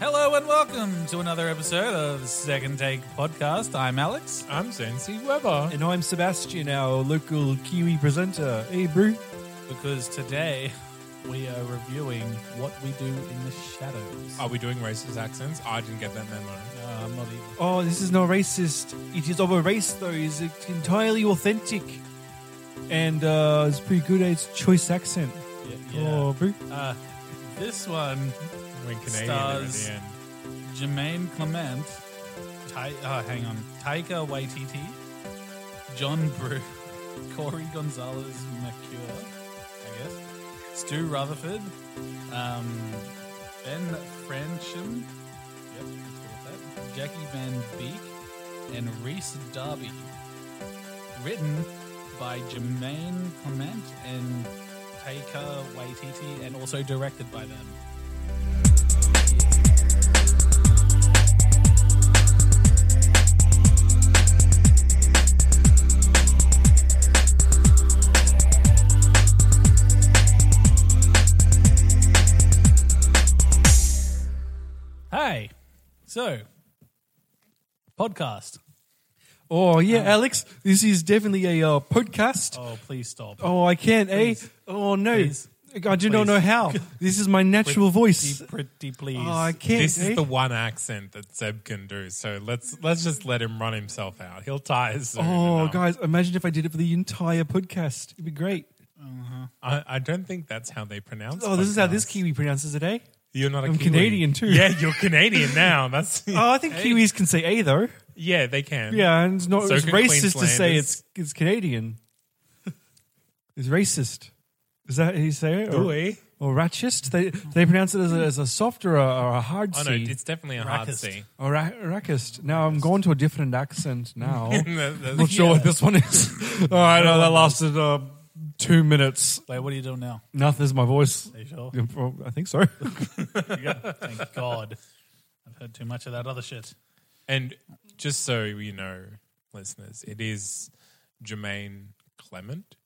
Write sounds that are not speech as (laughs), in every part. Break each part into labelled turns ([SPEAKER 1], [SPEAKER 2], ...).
[SPEAKER 1] Hello and welcome to another episode of the Second Take Podcast. I'm Alex.
[SPEAKER 2] I'm Sensi Weber.
[SPEAKER 3] And I'm Sebastian, our local Kiwi presenter. Hey, bro.
[SPEAKER 1] Because today we are reviewing what we do in the shadows.
[SPEAKER 2] Are we doing racist accents? I didn't get that memo.
[SPEAKER 1] No, I'm not even.
[SPEAKER 3] Oh, this is not racist. It is of a race, though. It's entirely authentic. And uh, it's pretty good. eh? It's choice accent.
[SPEAKER 1] Yeah,
[SPEAKER 3] Oh, bro.
[SPEAKER 1] Uh, this one,
[SPEAKER 2] When Canadian
[SPEAKER 1] Stars.
[SPEAKER 2] at the end.
[SPEAKER 1] Jermaine Clement, Ty- oh, hang on, Taika Waititi, John Brew, (laughs) Corey Gonzalez McCure, I guess, Stu Rutherford, um, Ben Francham, yep, let's go with that, Jackie Van Beek, and Reese Darby. Written by Jermaine Clement and Taika Waititi, and also directed by them. Hey, so podcast.
[SPEAKER 3] Oh, yeah, Alex. This is definitely a uh, podcast.
[SPEAKER 1] Oh, please stop.
[SPEAKER 3] Oh, I can't,
[SPEAKER 1] Please.
[SPEAKER 3] eh? Oh, no.
[SPEAKER 1] Please.
[SPEAKER 3] I do not
[SPEAKER 1] Please.
[SPEAKER 3] know how. This is my natural voice.
[SPEAKER 1] Pretty, pretty please.
[SPEAKER 3] Oh, I can't.
[SPEAKER 2] This
[SPEAKER 3] eh?
[SPEAKER 2] is the one accent that Seb can do, so let's let's just let him run himself out. He'll tire soon.
[SPEAKER 3] Oh,
[SPEAKER 2] enough.
[SPEAKER 3] guys, imagine if I did it for the entire podcast. It'd be great.
[SPEAKER 2] I, I don't think that's how they pronounce.
[SPEAKER 3] Oh, this is how this
[SPEAKER 2] podcasts.
[SPEAKER 3] Kiwi pronounces it, eh?
[SPEAKER 2] You're not. A
[SPEAKER 3] I'm
[SPEAKER 2] Kiwi.
[SPEAKER 3] Canadian too.
[SPEAKER 2] Yeah, you're Canadian now. That's
[SPEAKER 3] (laughs) Oh, I think Kiwis can say A, though.
[SPEAKER 2] (laughs) yeah, they can.
[SPEAKER 3] Yeah, and it's not
[SPEAKER 2] So
[SPEAKER 3] it's
[SPEAKER 2] can
[SPEAKER 3] racist to say
[SPEAKER 2] Queenslanders.
[SPEAKER 3] it's it's Canadian. (laughs) it's racist. Is that how you say it?
[SPEAKER 1] Oh,
[SPEAKER 3] Or,
[SPEAKER 2] Oi.
[SPEAKER 3] or racist? They they pronounce it as a, as a soft or a, or a hard
[SPEAKER 2] Oh
[SPEAKER 3] C.
[SPEAKER 2] no, it's definitely a hard
[SPEAKER 1] Racist.
[SPEAKER 2] C. (laughs)
[SPEAKER 3] or ra- racist. Now I'm going to a different accent
[SPEAKER 1] (laughs)
[SPEAKER 3] now. I'm
[SPEAKER 2] That- that-
[SPEAKER 3] not sure what this one is. (laughs) All right, no, that lasted uh, two minutes.
[SPEAKER 1] Wait, what are you doing now?
[SPEAKER 3] Nothing is my voice.
[SPEAKER 1] Are you
[SPEAKER 3] (laughs)
[SPEAKER 1] sure?
[SPEAKER 3] Yeah, well, I think so.
[SPEAKER 1] Thank God. I've heard too much of that other shit.
[SPEAKER 2] And just so you know, listeners, it is Jermaine Clement,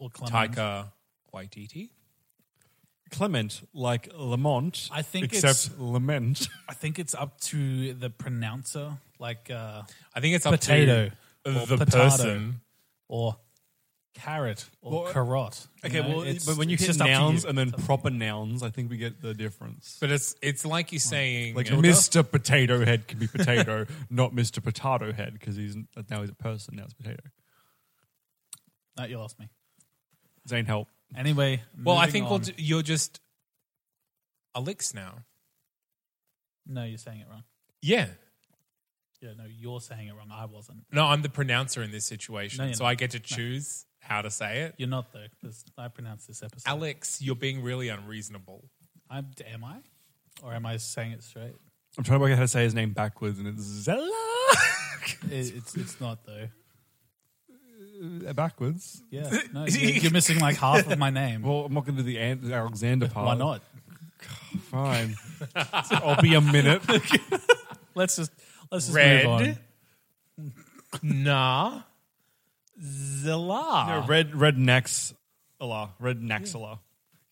[SPEAKER 1] Or Clement.
[SPEAKER 2] Taika Waititi.
[SPEAKER 3] Clement, like Lamont.
[SPEAKER 1] I think
[SPEAKER 3] except
[SPEAKER 1] it's-
[SPEAKER 3] lament.
[SPEAKER 1] I think it's up to the pronouncer, like, uh,
[SPEAKER 2] I think it's up
[SPEAKER 1] Potato
[SPEAKER 2] to
[SPEAKER 1] or
[SPEAKER 2] the
[SPEAKER 1] potato.
[SPEAKER 2] person.
[SPEAKER 1] or carrot or
[SPEAKER 3] Well,
[SPEAKER 1] carrot. you
[SPEAKER 3] Okay,
[SPEAKER 1] know?
[SPEAKER 3] (laughs) well,
[SPEAKER 1] It's-
[SPEAKER 3] but when you
[SPEAKER 1] it's
[SPEAKER 3] hit
[SPEAKER 1] just up to
[SPEAKER 3] nouns
[SPEAKER 1] you.
[SPEAKER 3] and then
[SPEAKER 1] It's up to
[SPEAKER 3] proper nouns, I think we get the difference.
[SPEAKER 2] But it's it's like you saying
[SPEAKER 3] Like
[SPEAKER 2] uh,
[SPEAKER 3] Mr. Potato Head can be potato, (laughs) not Mr. Potato Head because he's uh, now he's a person. Now it's potato.
[SPEAKER 1] you. No, you lost me.
[SPEAKER 3] Zane, help.
[SPEAKER 1] Anyway,
[SPEAKER 2] Well, I
[SPEAKER 1] moving
[SPEAKER 2] think we'll
[SPEAKER 1] on.
[SPEAKER 2] do, you're just Alex now.
[SPEAKER 1] no, you're saying it wrong.
[SPEAKER 2] Yeah.
[SPEAKER 1] Yeah, no, you're saying it wrong. I wasn't.
[SPEAKER 2] No, I'm the pronouncer in this situation,
[SPEAKER 1] No, you're
[SPEAKER 2] so
[SPEAKER 1] not.
[SPEAKER 2] I get to choose how to say it.
[SPEAKER 1] You're not though. 'cause I pronounced this episode.
[SPEAKER 2] Alex, you're being really unreasonable.
[SPEAKER 1] I'm, am I, or am I saying it straight?
[SPEAKER 3] I'm trying to work out how to say his name backwards, and it's Zella
[SPEAKER 1] It, it's it's not though.
[SPEAKER 3] (laughs) backwards.
[SPEAKER 1] Yeah,
[SPEAKER 3] (laughs)
[SPEAKER 1] no, you're, you're missing like half of my name.
[SPEAKER 3] Well, I'm not going to do the An- Alexander part.
[SPEAKER 1] Why not?
[SPEAKER 3] (laughs) Fine. I'll be
[SPEAKER 1] (laughs)
[SPEAKER 3] a minute.
[SPEAKER 1] Let's just let's just
[SPEAKER 2] Red.
[SPEAKER 1] move on.
[SPEAKER 2] Nah. Zilla.
[SPEAKER 3] Uh, red, red Naxala. Red Naxala.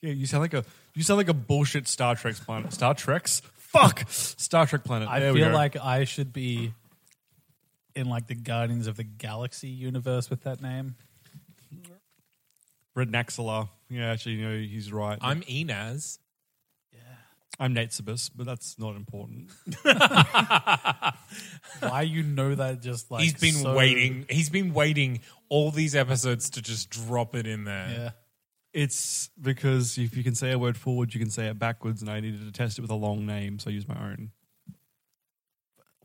[SPEAKER 3] Yeah. you sound like a you sound like a bullshit Star Trek's planet. Star Trek's fuck Star Trek planet.
[SPEAKER 1] I
[SPEAKER 3] There we
[SPEAKER 1] feel
[SPEAKER 3] go.
[SPEAKER 1] like I should be in like the Guardians of the Galaxy universe with that name.
[SPEAKER 3] Red Naxala. Yeah, actually, you know, he's right.
[SPEAKER 2] I'm Inaz.
[SPEAKER 3] I'm Nate Sibis, but that's not important.
[SPEAKER 1] Why you know that? Just like
[SPEAKER 2] he's been
[SPEAKER 1] so-
[SPEAKER 2] waiting. He's been waiting all these episodes to just drop it in there.
[SPEAKER 1] Yeah,
[SPEAKER 3] It's because if you can say a word forward, you can say it backwards, and I needed to test it with a long name, so I used my own.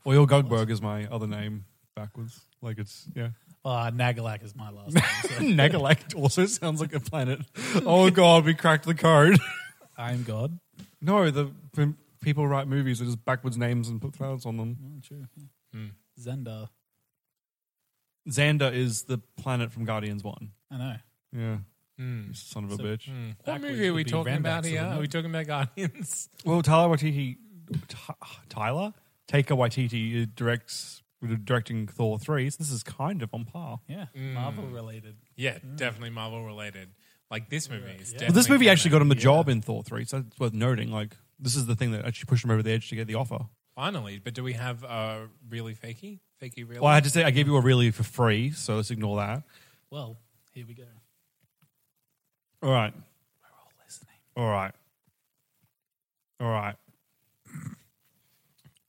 [SPEAKER 3] Oil Gugberg is my other name backwards. Like it's,
[SPEAKER 1] (laughs)
[SPEAKER 3] yeah.
[SPEAKER 1] uh, Nagalak is my
[SPEAKER 3] (laughs)
[SPEAKER 1] last name. So.
[SPEAKER 3] Nagalect also sounds like a planet. Oh, God, we cracked the code. (laughs)
[SPEAKER 1] I'm God.
[SPEAKER 3] No, the when people write movies, they just backwards names and put clouds on them.
[SPEAKER 1] Oh, true.
[SPEAKER 2] Hmm.
[SPEAKER 1] Zendar.
[SPEAKER 3] Xander is the planet from Guardians One.
[SPEAKER 1] I know.
[SPEAKER 3] Yeah,
[SPEAKER 2] Hmm.
[SPEAKER 3] son of a
[SPEAKER 1] So-
[SPEAKER 3] bitch.
[SPEAKER 2] Hmm. What
[SPEAKER 1] Backwards
[SPEAKER 2] movie are
[SPEAKER 1] would
[SPEAKER 2] we
[SPEAKER 1] be
[SPEAKER 2] talking
[SPEAKER 1] Van
[SPEAKER 2] about
[SPEAKER 1] Dyke's
[SPEAKER 2] here?
[SPEAKER 1] Island.
[SPEAKER 2] Are we talking about Guardians?
[SPEAKER 3] Well, Tyler Waititi, Ty- Tyler Taika Waititi uh, directs directing Thor three. So this is kind of on par.
[SPEAKER 1] Yeah. Marvel related.
[SPEAKER 2] (laughs) Yeah, definitely Marvel related. Like this movie is.
[SPEAKER 3] Well, this
[SPEAKER 2] definitely
[SPEAKER 3] movie actually got
[SPEAKER 2] canon.
[SPEAKER 3] him a job in Thor three, so it's worth noting. Like this is the thing that actually pushed him over the edge to get the offer.
[SPEAKER 2] finally. But do we have uh, really fakey, fakey real?
[SPEAKER 3] Well, I had to say I gave you a really for free, so let's ignore that.
[SPEAKER 1] Well, here we go.
[SPEAKER 3] All right,
[SPEAKER 1] All listening.
[SPEAKER 3] all right, all right.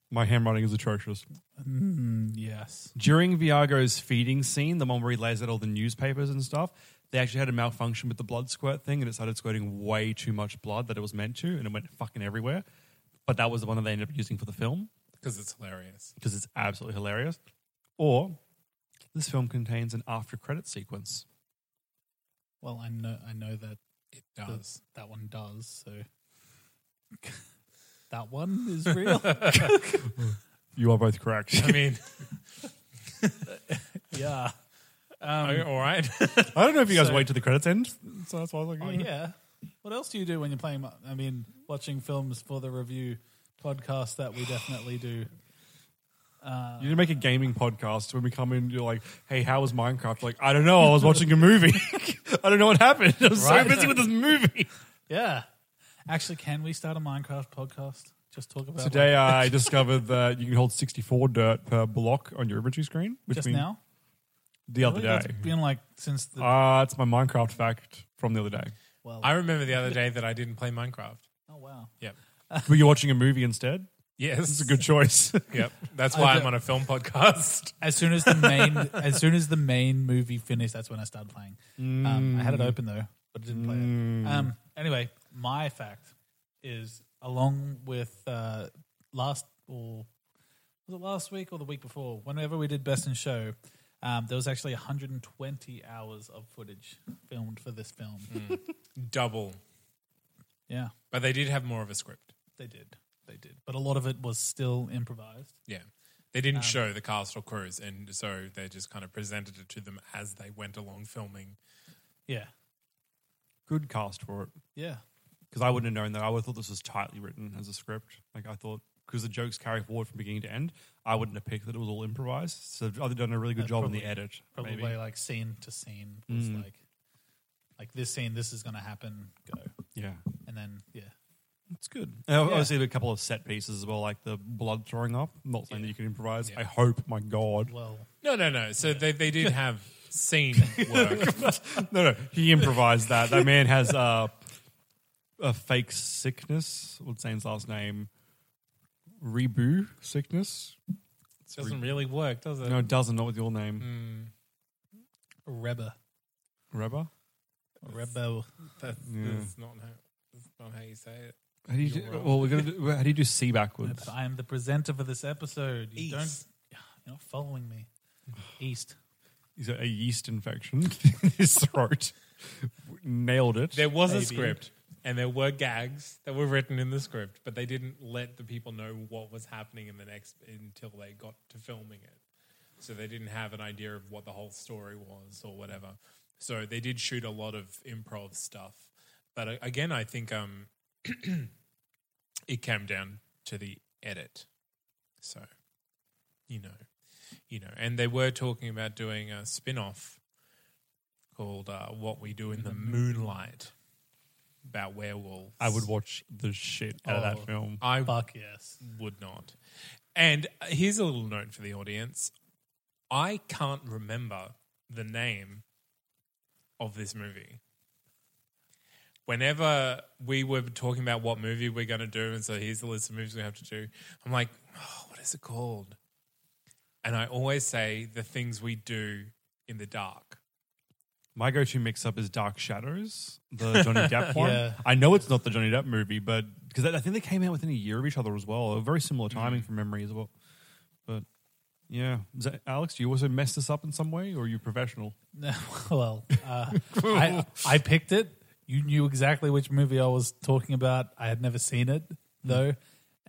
[SPEAKER 3] My handwriting is atrocious.
[SPEAKER 1] Mm, yes.
[SPEAKER 3] during Viago's feeding scene, the one where he lays out all the newspapers and stuff, they actually had a malfunction with the blood squirt thing and it started squirting way too much blood that it was meant to and it went fucking everywhere. But that was the one that they ended up using for the film
[SPEAKER 2] because it's hilarious.
[SPEAKER 3] because it's absolutely hilarious. Or this film contains an after credit sequence.
[SPEAKER 1] Well, I know. I know that
[SPEAKER 2] It does.
[SPEAKER 1] that one does. So (laughs) that one is
[SPEAKER 3] (laughs)
[SPEAKER 1] real.
[SPEAKER 3] You are both correct.
[SPEAKER 2] I mean, (laughs)
[SPEAKER 1] yeah.
[SPEAKER 2] are you all right.
[SPEAKER 3] (laughs) I don't know if you guys wait till the credits end. So that's why I was like,
[SPEAKER 1] Oh yeah. What else do you do when you're playing? I mean, watching films for the review podcast that we definitely do.
[SPEAKER 3] You need to make a gaming podcast. When we come in, you're like, hey, how was Minecraft? Like, I don't know. I was watching a movie. (laughs) I don't know what happened. (laughs) I was
[SPEAKER 1] Right.
[SPEAKER 3] so busy with this movie.
[SPEAKER 1] Yeah. Actually, can we start a Minecraft podcast? Just talk about
[SPEAKER 3] Today I discovered that you can hold 64 dirt per block on your imagery screen. Which
[SPEAKER 1] just
[SPEAKER 3] means
[SPEAKER 1] now.
[SPEAKER 3] The other
[SPEAKER 1] Really?
[SPEAKER 3] day.
[SPEAKER 1] That's been like since the
[SPEAKER 3] Ah, it's my Minecraft fact from the other day.
[SPEAKER 1] well.
[SPEAKER 2] I remember the other day that I didn't play Minecraft.
[SPEAKER 1] oh wow.
[SPEAKER 2] Yep.
[SPEAKER 3] Were you watching a movie instead?
[SPEAKER 2] Yes,
[SPEAKER 3] This is a good choice.
[SPEAKER 2] (laughs)
[SPEAKER 3] (laughs)
[SPEAKER 2] Yep. That's why
[SPEAKER 1] I
[SPEAKER 2] I'm
[SPEAKER 1] do-
[SPEAKER 2] on a film podcast. (laughs)
[SPEAKER 1] As soon as the main, (laughs) as soon as the main movie finished, that's when I started playing. Um, I had it open though, but I didn't play it. Um, anyway, my fact is along with uh, last or was it last week or the week before? Whenever we did Best in Show, um, there was actually 120 hours of footage filmed for this film.
[SPEAKER 2] Double,
[SPEAKER 1] Yeah,
[SPEAKER 2] but they did have more of a script.
[SPEAKER 1] they did, they did, but a lot of it was still improvised.
[SPEAKER 2] Yeah. They
[SPEAKER 3] Um,
[SPEAKER 2] didn't show the cast or crews, and so they just kind of presented it to them as they went along filming.
[SPEAKER 1] Yeah,
[SPEAKER 3] good cast for it.
[SPEAKER 1] yeah,
[SPEAKER 3] Because I wouldn't have known that. I would have thought this was tightly written as a script. Like I thought, because the jokes carry forward from beginning to end, I wouldn't have picked that it was all improvised. So they've done a really good
[SPEAKER 1] Uh,
[SPEAKER 3] job in
[SPEAKER 1] probably-
[SPEAKER 3] the edit.
[SPEAKER 1] probably
[SPEAKER 3] maybe.
[SPEAKER 1] like scene to scene was
[SPEAKER 2] Mm.
[SPEAKER 1] like like this scene this is going to happen go
[SPEAKER 3] Yeah.
[SPEAKER 1] and then yeah
[SPEAKER 3] It's good. And Obviously, there are a couple of set pieces as well, like the blood throwing up. I'm not saying that you can improvise. I hope, my God.
[SPEAKER 1] well
[SPEAKER 2] No, no, no. So they, they
[SPEAKER 3] (laughs)
[SPEAKER 2] did have scene work.
[SPEAKER 3] no, no, he improvised that. That man has uh, a fake sickness. What's Zane's last name? Rebu sickness?
[SPEAKER 2] doesn't really work, does it?
[SPEAKER 3] No, it doesn't. Not with your name,
[SPEAKER 1] Reba
[SPEAKER 2] Mm.
[SPEAKER 3] Reba.
[SPEAKER 1] Rebo
[SPEAKER 2] That's,
[SPEAKER 3] Yeah.
[SPEAKER 2] that's not how, that's not how you say it.
[SPEAKER 3] How do you
[SPEAKER 2] You're
[SPEAKER 3] do,
[SPEAKER 2] wrong.
[SPEAKER 3] well, we're gonna do, how do you do C backwards?
[SPEAKER 1] I am the presenter for this episode you don't
[SPEAKER 2] East.
[SPEAKER 1] you're not following
[SPEAKER 2] (sighs)
[SPEAKER 1] me East
[SPEAKER 3] He's got a yeast infection (laughs) in his throat. Nailed it.
[SPEAKER 2] There was a
[SPEAKER 1] Maybe.
[SPEAKER 2] script, and there were gags that were written in the script, but they didn't let the people know what was happening in the next until they got to filming it. So they didn't have an idea of what the whole story was or whatever. So they did shoot a lot of improv stuff, but uh, again, I think um, (clears throat) it came down to the edit. So, you know, you know, and they were talking about doing a spin-off called uh, "What We Do in the Moonlight" about werewolves.
[SPEAKER 3] I would watch the shit out of
[SPEAKER 2] Oh.
[SPEAKER 3] that film.
[SPEAKER 2] I
[SPEAKER 1] fuck yes (laughs)
[SPEAKER 2] would not. And here's a little note for the audience: I can't remember the name of this movie. Whenever we were talking about what movie we're going to do, and so here's the list of movies we have to do, I'm like, oh, what is it called? And I always say the things we do in the dark.
[SPEAKER 3] My go-to mix-up is Dark Shadows, the Johnny
[SPEAKER 2] (laughs)
[SPEAKER 3] Depp one.
[SPEAKER 1] Yeah.
[SPEAKER 3] I know it's not the Johnny Depp movie, but because I think they came out within a year of each other as well, a very
[SPEAKER 2] Mm-hmm.
[SPEAKER 3] similar timing from memory as well. But yeah, Is that- Alex, do you also mess this up in some way, or are you professional?
[SPEAKER 2] (laughs)
[SPEAKER 1] well uh, I I picked it You knew exactly which movie I was talking about. I had never seen it
[SPEAKER 2] Mm.
[SPEAKER 1] though,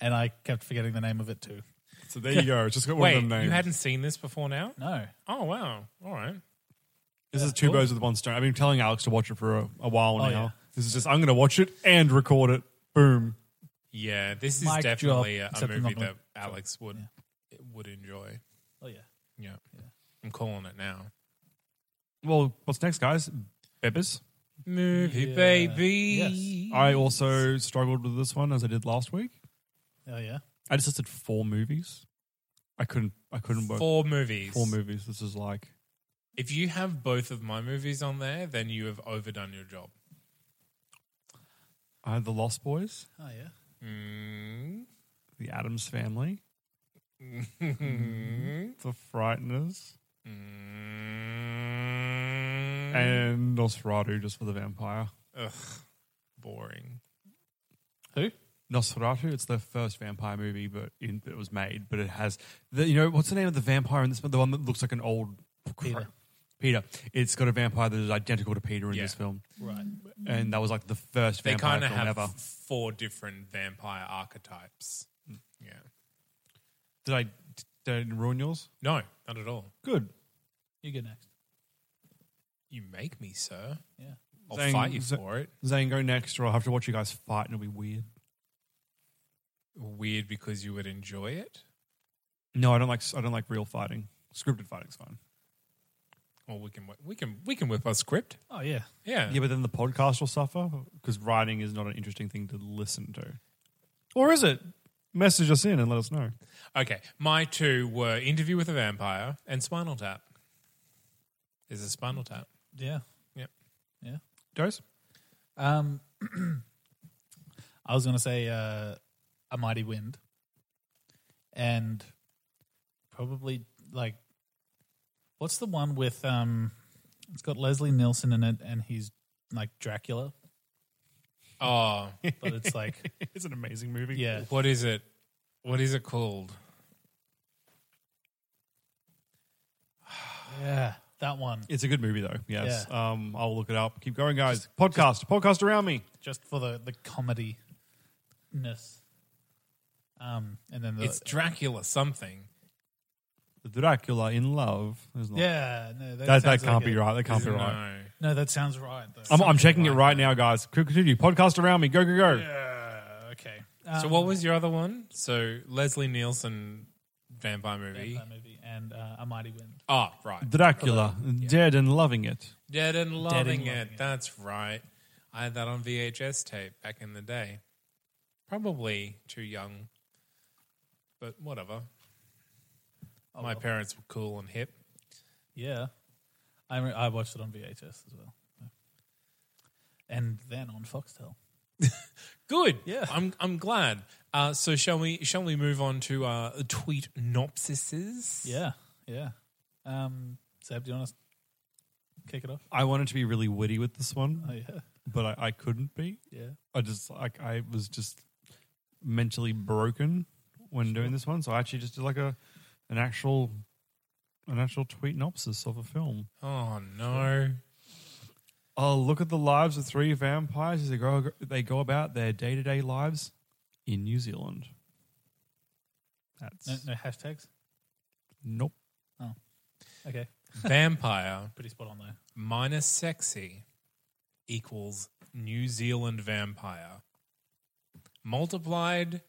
[SPEAKER 1] and I kept forgetting the name of it too.
[SPEAKER 3] So there you go. It's just got one
[SPEAKER 2] Wait,
[SPEAKER 3] of them names.
[SPEAKER 2] you hadn't seen this before now?
[SPEAKER 1] No,
[SPEAKER 2] Oh wow! All right.
[SPEAKER 3] this is two birds with one stone. I've been telling Alex to watch it for a, a while
[SPEAKER 2] Oh,
[SPEAKER 3] now.
[SPEAKER 1] yeah.
[SPEAKER 3] This is just I'm going to watch it and record it. Boom.
[SPEAKER 2] Yeah, this is
[SPEAKER 1] Mic drop,
[SPEAKER 2] definitely a, a
[SPEAKER 1] except I'm not
[SPEAKER 2] movie
[SPEAKER 1] gonna-
[SPEAKER 2] that Alex would would enjoy.
[SPEAKER 1] oh yeah,
[SPEAKER 2] Yeah. I'm calling it now.
[SPEAKER 3] Well, what's next, guys? Beppers.
[SPEAKER 2] Movie
[SPEAKER 1] Yeah.
[SPEAKER 2] baby.
[SPEAKER 3] I also struggled with this one as I did last week.
[SPEAKER 1] oh yeah.
[SPEAKER 3] I just listed four movies. I couldn't. I couldn't work
[SPEAKER 2] Four movies.
[SPEAKER 3] four movies. This is like
[SPEAKER 2] If you have both of my movies on there, then you have overdone your job.
[SPEAKER 3] I had the Lost Boys,
[SPEAKER 1] Oh yeah.
[SPEAKER 2] Mm.
[SPEAKER 3] the Adams Family,
[SPEAKER 2] Mm-hmm.
[SPEAKER 3] the Frighteners,
[SPEAKER 2] Mm.
[SPEAKER 3] and Nosferatu just for the vampire.
[SPEAKER 2] Ugh, boring.
[SPEAKER 1] Who?
[SPEAKER 3] Nosferatu. It's the first vampire movie, but in, it was made. But it has the you know what's the name of the vampire in this? The one that looks like an old
[SPEAKER 1] Peter.
[SPEAKER 3] Peter. It's got a vampire that is identical to Peter in
[SPEAKER 2] Yeah.
[SPEAKER 3] this film,
[SPEAKER 1] Right.
[SPEAKER 3] and that was like the first
[SPEAKER 2] They
[SPEAKER 3] vampire
[SPEAKER 2] kind of
[SPEAKER 3] film
[SPEAKER 2] have
[SPEAKER 3] ever.
[SPEAKER 2] f- four different vampire archetypes. Yeah.
[SPEAKER 3] Did I? Did I ruin yours?
[SPEAKER 2] No, not at all.
[SPEAKER 3] Good.
[SPEAKER 1] You go next.
[SPEAKER 2] You make me, sir.
[SPEAKER 1] Yeah.
[SPEAKER 2] I'll
[SPEAKER 3] Zang-
[SPEAKER 2] fight you
[SPEAKER 3] Z-
[SPEAKER 2] for it.
[SPEAKER 3] Zane, go next, or I'll have to watch you guys fight, and it'll be weird.
[SPEAKER 2] Weird because you would enjoy it.
[SPEAKER 3] No, I don't like. I don't like real fighting. Scripted fighting's fine.
[SPEAKER 2] Well, we can we can we can whip our script.
[SPEAKER 1] Oh yeah.
[SPEAKER 2] Yeah.
[SPEAKER 3] Yeah, but then the podcast will suffer because writing is not an interesting thing to listen to. Or is it? Message us in and let us know.
[SPEAKER 2] Okay. My two were Interview with a Vampire and Spinal Tap. There's a Spinal Tap.
[SPEAKER 1] Yeah.
[SPEAKER 2] Yep.
[SPEAKER 1] Yeah.
[SPEAKER 3] Dose?
[SPEAKER 1] Um, (clears throat) I was going to say uh, a mighty wind, and probably like what's the one with um, it's got Leslie Nielsen in it, and he's like Dracula,
[SPEAKER 2] (laughs) Oh,
[SPEAKER 1] but it's like
[SPEAKER 3] (laughs) (laughs) It's an amazing movie.
[SPEAKER 1] yeah,
[SPEAKER 2] what is it? What is it called?
[SPEAKER 1] yeah, that one.
[SPEAKER 3] It's a good movie, though. Yes.
[SPEAKER 1] Yeah.
[SPEAKER 3] Um, I'll look it up. Keep going, guys. podcast. podcast around me.
[SPEAKER 1] Just for the the comedy ness. Um, and then the
[SPEAKER 2] It's Dracula something.
[SPEAKER 3] Dracula in Love. There's not-
[SPEAKER 1] yeah, no, that,
[SPEAKER 3] That, that
[SPEAKER 1] sounds
[SPEAKER 3] can't
[SPEAKER 1] like
[SPEAKER 3] be
[SPEAKER 1] it.
[SPEAKER 3] right. That can't be
[SPEAKER 2] No.
[SPEAKER 3] right.
[SPEAKER 1] No, that sounds right. Though.
[SPEAKER 3] I'm, I'm checking it right now, guys. Continue. Podcast around me. Go, go, go.
[SPEAKER 1] Yeah, okay. Uh,
[SPEAKER 2] So what was your other one? So Leslie Nielsen vampire movie.
[SPEAKER 1] that movie and uh, A Mighty Wind.
[SPEAKER 2] Oh, right.
[SPEAKER 3] Dracula, dead and loving it.
[SPEAKER 2] Dead and loving
[SPEAKER 1] Loving It.
[SPEAKER 2] it. That's right. I had that on VHS tape back in the day. Probably too young, but whatever. My parents were cool and hip.
[SPEAKER 1] Yeah, I re- I watched it on VHS as well, and then on Foxtel.
[SPEAKER 2] Good.
[SPEAKER 1] Yeah.
[SPEAKER 2] I'm I'm glad. Uh, so shall we shall we move on to uh, tweet nopsises?
[SPEAKER 1] Yeah, yeah. Um, Seb, do you want to kick it off? (laughs)
[SPEAKER 3] I wanted to be really witty with this one,
[SPEAKER 1] Oh yeah,
[SPEAKER 3] but I, I couldn't be.
[SPEAKER 1] yeah.
[SPEAKER 3] I just like I was just mentally broken when doing this one, so I actually just did like a an actual an actual tweetnopsis of a film.
[SPEAKER 2] Oh no.
[SPEAKER 3] Oh, look at the lives of three vampires as they go they go about their day to day lives in New Zealand. That's
[SPEAKER 1] No, no hashtags.
[SPEAKER 3] nope.
[SPEAKER 1] Okay,
[SPEAKER 2] Vampire
[SPEAKER 1] pretty spot on though.
[SPEAKER 2] minus sexy equals New Zealand vampire. Multiplied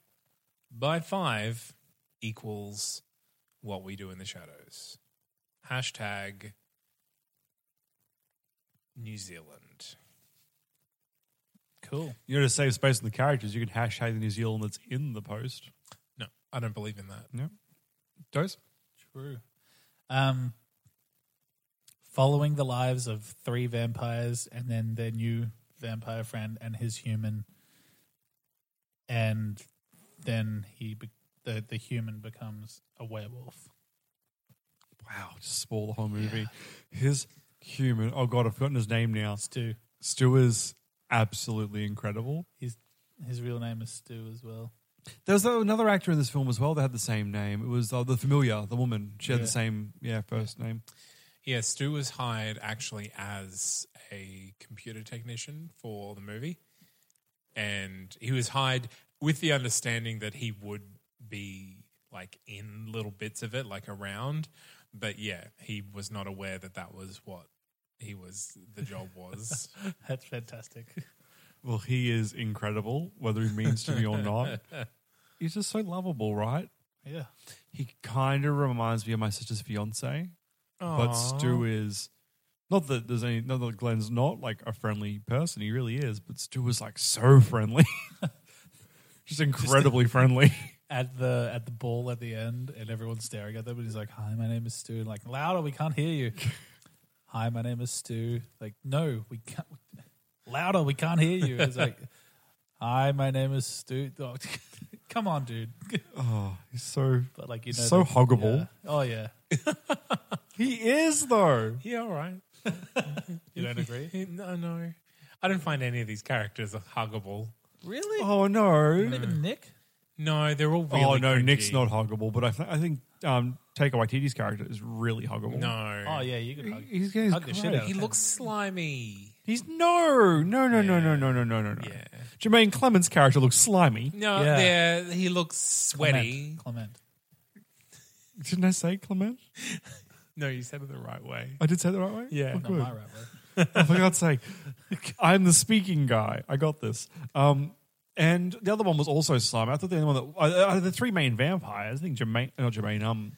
[SPEAKER 2] by five equals what we do in the shadows. Hashtag New Zealand.
[SPEAKER 1] Cool.
[SPEAKER 3] You know, to save space on the characters, you can hashtag the New Zealand that's in the post.
[SPEAKER 2] No, I don't believe in that.
[SPEAKER 3] No, Dose?
[SPEAKER 1] True. Um, following the lives of three vampires and then their new vampire friend and his human, and then he be- the the human becomes a werewolf.
[SPEAKER 3] Wow, just spoil the whole movie. His human. Oh god, I've forgotten his name now.
[SPEAKER 1] Stu.
[SPEAKER 3] Stu is absolutely incredible.
[SPEAKER 1] His his real name is Stu as well. (laughs)
[SPEAKER 3] There was another actor in this film as well that had the same name. It was uh, the familiar, the woman. She had
[SPEAKER 1] Yeah.
[SPEAKER 3] the same, yeah, first name.
[SPEAKER 2] Yeah, Stu was hired actually as a computer technician for the movie. And he was hired with the understanding that he would be like in little bits of it, like around. But yeah, he was not aware that that was what he was, the job
[SPEAKER 3] (laughs)
[SPEAKER 2] was.
[SPEAKER 1] That's fantastic.
[SPEAKER 3] Well, he is incredible, whether he means to me or not. (laughs) He's just so lovable, right?
[SPEAKER 1] Yeah.
[SPEAKER 3] He kind of reminds me of my sister's fiance, but Stu is not that there's any not that Glenn's not like a friendly person. He really is, but Stu is like so friendly, (laughs) just incredibly friendly.
[SPEAKER 1] At the at the ball at the end, and everyone's staring at them, and he's like, "Hi, my name is Stu." And like louder, we can't hear
[SPEAKER 3] (laughs)
[SPEAKER 1] you. Hi, my name is Stu. Like, no, we can't. Louder, we can't hear you. It's like, (laughs) "Hi, my name is Stu." (laughs) Oh, come on, dude. (laughs)
[SPEAKER 3] He's so
[SPEAKER 1] But like you know,
[SPEAKER 3] so
[SPEAKER 1] the-
[SPEAKER 3] huggable.
[SPEAKER 1] yeah. Oh yeah,
[SPEAKER 3] (laughs) He is though.
[SPEAKER 2] Yeah,
[SPEAKER 3] (laughs)
[SPEAKER 2] all right.
[SPEAKER 1] you
[SPEAKER 2] (laughs)
[SPEAKER 1] don't agree?
[SPEAKER 2] No, no. I don't find any of these characters huggable.
[SPEAKER 1] really?
[SPEAKER 3] (laughs) Oh no.
[SPEAKER 1] Not even Nick.
[SPEAKER 2] No, they're all really
[SPEAKER 3] Oh no,
[SPEAKER 2] cringy.
[SPEAKER 3] Nick's not huggable, but I, th- I think um, Taika Waititi's character is really huggable.
[SPEAKER 2] No.
[SPEAKER 1] Oh yeah, you can hug.
[SPEAKER 3] He's getting
[SPEAKER 1] Hug the shit
[SPEAKER 3] Oh,
[SPEAKER 1] out of
[SPEAKER 2] He
[SPEAKER 1] him.
[SPEAKER 2] looks slimy.
[SPEAKER 3] He's no, no, no, no, no, no, no, no, no.
[SPEAKER 2] Yeah.
[SPEAKER 3] Jermaine Clement's character looks slimy.
[SPEAKER 2] No,
[SPEAKER 1] Yeah.
[SPEAKER 2] yeah, he looks sweaty.
[SPEAKER 1] Clement. Clement.
[SPEAKER 3] Didn't I say Clement?
[SPEAKER 2] No, you said it the right way.
[SPEAKER 3] I did say that right way. Oh,
[SPEAKER 2] Yeah. Not
[SPEAKER 1] Not
[SPEAKER 3] good.
[SPEAKER 1] my right way.
[SPEAKER 3] (laughs) Oh, for God's sake, I'm the speaking guy. I got this. Um, and the other one was also slimy. I thought the other one that uh, uh, the three main vampires. I think Jermaine, not Jermaine. Um,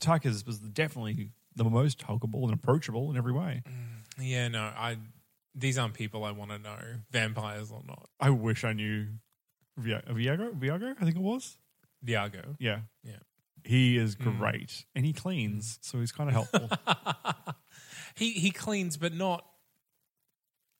[SPEAKER 3] Tucker's was definitely the most huggable and approachable in every way.
[SPEAKER 2] Yeah, no, I. These aren't people I want to know, vampires or not.
[SPEAKER 3] I wish I knew Vi- Viago. Viago, I think it was.
[SPEAKER 2] Diago.
[SPEAKER 3] Yeah,
[SPEAKER 2] Yeah.
[SPEAKER 3] he is great, and he cleans, so he's kind of helpful. (laughs)
[SPEAKER 2] He he cleans, but not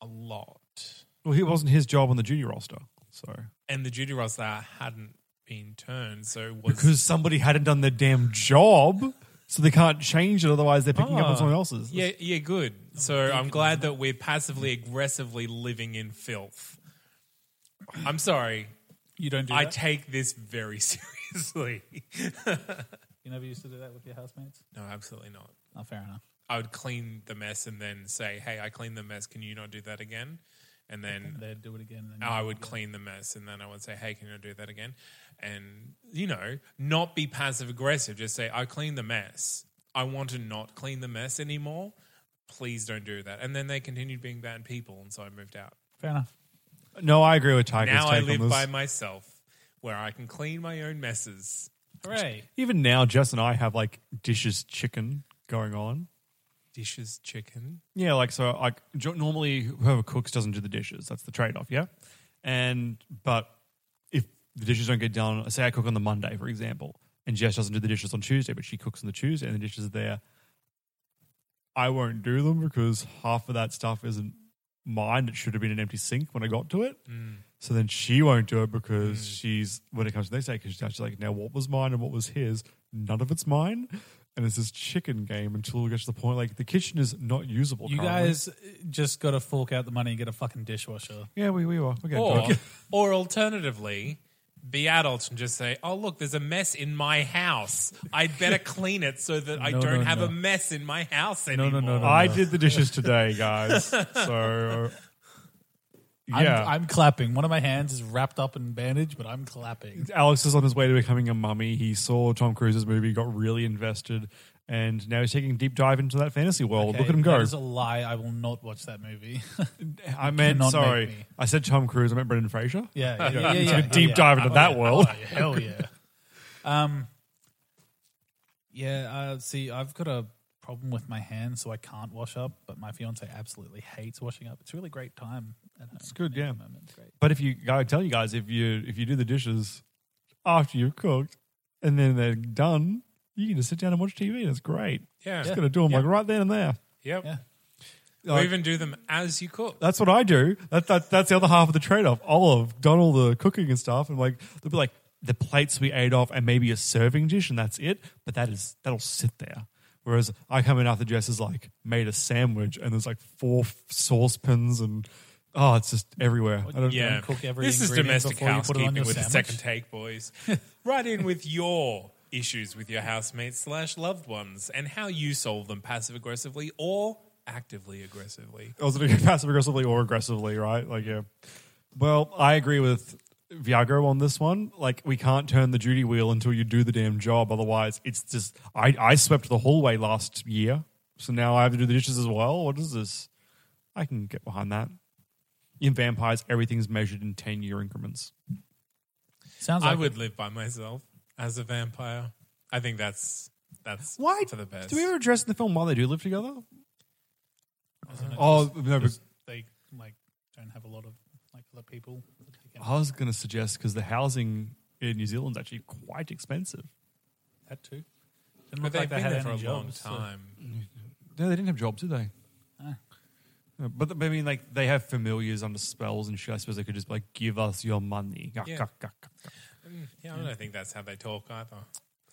[SPEAKER 2] a lot.
[SPEAKER 3] well, he wasn't his job on the junior roster, so
[SPEAKER 2] And the duty roster hadn't been turned, so was
[SPEAKER 3] because somebody hadn't done their damn job, so they can't change it. Otherwise, they're picking up on
[SPEAKER 2] Ah.
[SPEAKER 3] someone else's.
[SPEAKER 2] Yeah, yeah, good. So I'm glad that we're passively aggressively living in filth. I'm sorry.
[SPEAKER 1] You don't do
[SPEAKER 2] I
[SPEAKER 1] that.
[SPEAKER 2] take this very (laughs) seriously.
[SPEAKER 1] you never used to do that with your housemates.
[SPEAKER 2] No, absolutely not.
[SPEAKER 1] Not fair enough.
[SPEAKER 2] I would clean the mess and then say, "Hey, I cleaned the mess. Can you not do that again?" And then
[SPEAKER 1] They'd do it again. And then
[SPEAKER 2] I would clean the mess and then I would say, "Hey, can you not do that again?" And you know, not be passive aggressive. Just say, "I cleaned the mess. I want to not clean the mess anymore. Please don't do that." And then they continued being bad people, and so I moved out.
[SPEAKER 1] fair enough.
[SPEAKER 3] No, I agree with Tiger's
[SPEAKER 2] now I
[SPEAKER 3] take on
[SPEAKER 2] live
[SPEAKER 3] this.
[SPEAKER 2] by myself, where I can clean my own messes.
[SPEAKER 1] Hooray!
[SPEAKER 3] Even now, Jess and I have like dishes chicken going on.
[SPEAKER 2] Dishes, chicken.
[SPEAKER 3] Yeah, like so, like jo- normally whoever cooks doesn't do the dishes. That's the trade off. Yeah, and but if the dishes don't get done, say I cook on the Monday, for example, and Jess doesn't do the dishes on Tuesday, but she cooks on the Tuesday and the dishes are there. I won't do them because half of that stuff isn't mine. It should have been an empty sink when I got to it.
[SPEAKER 1] Mm.
[SPEAKER 3] So then she won't do it because she's when it comes to the next day, because she's like, now what was mine and what was his? None of it's mine. And it's this chicken game until we get to the point like the kitchen is not usable.
[SPEAKER 1] You
[SPEAKER 3] currently.
[SPEAKER 1] guys uh, just got to fork out the money and get a fucking dishwasher.
[SPEAKER 3] yeah, we we were. Okay,
[SPEAKER 2] Or, (laughs) or alternatively, be adults and just say, "Oh, look, there's a mess in my house.
[SPEAKER 1] (laughs)
[SPEAKER 2] I'd better clean it so that I
[SPEAKER 1] No,
[SPEAKER 2] don't
[SPEAKER 1] no,
[SPEAKER 2] have
[SPEAKER 1] no.
[SPEAKER 2] a mess in my house
[SPEAKER 1] no,
[SPEAKER 2] anymore."
[SPEAKER 1] no, no.
[SPEAKER 3] I did the dishes today, guys. So
[SPEAKER 1] (laughs)
[SPEAKER 3] yeah,
[SPEAKER 1] I'm, I'm clapping. One of my hands is wrapped up in bandage, but I'm clapping.
[SPEAKER 3] Alex is on his way to becoming a mummy. He saw Tom Cruise's movie, got really invested, and now he's taking a deep dive into that fantasy world. Look at him go!
[SPEAKER 1] That is a lie. I will not watch that movie. (laughs)
[SPEAKER 3] I meant
[SPEAKER 1] cannot make
[SPEAKER 3] sorry,
[SPEAKER 1] me.
[SPEAKER 3] I said Tom Cruise. I meant Brendan Fraser.
[SPEAKER 1] yeah, yeah, yeah, yeah,
[SPEAKER 3] He
[SPEAKER 1] yeah,
[SPEAKER 3] took a
[SPEAKER 1] yeah,
[SPEAKER 3] deep
[SPEAKER 1] yeah.
[SPEAKER 3] dive into
[SPEAKER 1] Oh,
[SPEAKER 3] that
[SPEAKER 1] yeah.
[SPEAKER 3] world.
[SPEAKER 1] Oh, yeah. hell
[SPEAKER 3] (laughs)
[SPEAKER 1] yeah. Um, yeah. Uh, see, I've got a problem with my hands, so I can't wash up. But my fiance absolutely hates washing up. It's a really great time. At home
[SPEAKER 3] It's good,
[SPEAKER 1] at the
[SPEAKER 3] yeah.
[SPEAKER 1] moment. It's great.
[SPEAKER 3] But if you, I tell you guys, if you if you do the dishes after you've cooked and then they're done, you can just sit down and watch TV. and It's great.
[SPEAKER 2] Yeah.
[SPEAKER 3] just gonna do them like right then and there.
[SPEAKER 2] Yep.
[SPEAKER 1] Yeah. Uh,
[SPEAKER 2] Or even do them as you cook.
[SPEAKER 3] That's what I do. That, that that's the other half of the trade off. I'll have done all the cooking and stuff, and like they'll be like the plates we ate off, and maybe a serving dish, and that's it. But that is that'll sit there. Whereas I come in after Jess has like made a sandwich, and there's like four f- saucepans, and oh, it's just everywhere. I don't
[SPEAKER 2] Yeah,
[SPEAKER 1] cook every
[SPEAKER 2] this is
[SPEAKER 1] ingredient
[SPEAKER 2] domestic
[SPEAKER 1] before you put it on
[SPEAKER 2] housekeeping
[SPEAKER 1] your (laughs)
[SPEAKER 2] with the
[SPEAKER 1] sandwich.
[SPEAKER 2] second take, boys. right in with your issues with your housemates slash loved ones and how you solve them passive aggressively or actively aggressively.
[SPEAKER 3] I was doing it (laughs) passive aggressively or aggressively, right? Like, yeah. Well, I agree with Viago on this one. Like, we can't turn the duty wheel until you do the damn job. Otherwise, it's just. I, I swept the hallway last year, so now I have to do the dishes as well. What is this? I can get behind that. In vampires, everything's measured in 10 year increments.
[SPEAKER 1] Sounds like
[SPEAKER 2] I would live by myself as a vampire. I think that's that's
[SPEAKER 3] Why?
[SPEAKER 2] for the best.
[SPEAKER 3] Do we ever address in the film why they do live together?
[SPEAKER 1] Isn't it
[SPEAKER 3] Oh,
[SPEAKER 1] just-
[SPEAKER 3] no, but-
[SPEAKER 1] just they like don't have a lot of like other people. that they can-
[SPEAKER 3] I was going to suggest because the housing in New Zealand's actually quite expensive.
[SPEAKER 1] That too. Didn't
[SPEAKER 2] But
[SPEAKER 1] look
[SPEAKER 2] they've
[SPEAKER 1] like they
[SPEAKER 2] been
[SPEAKER 1] had
[SPEAKER 2] there for a
[SPEAKER 1] any jobs. so-
[SPEAKER 2] long time.
[SPEAKER 3] No, they didn't have jobs, did they?
[SPEAKER 1] Ah.
[SPEAKER 3] No, But, th- but I mean, like they have familiars under spells and shit. I suppose they could just be like give us your money. Yuck,
[SPEAKER 2] Yeah.
[SPEAKER 3] yuck, yuck, yuck, yuck.
[SPEAKER 2] Yeah, I don't think that's how they talk either.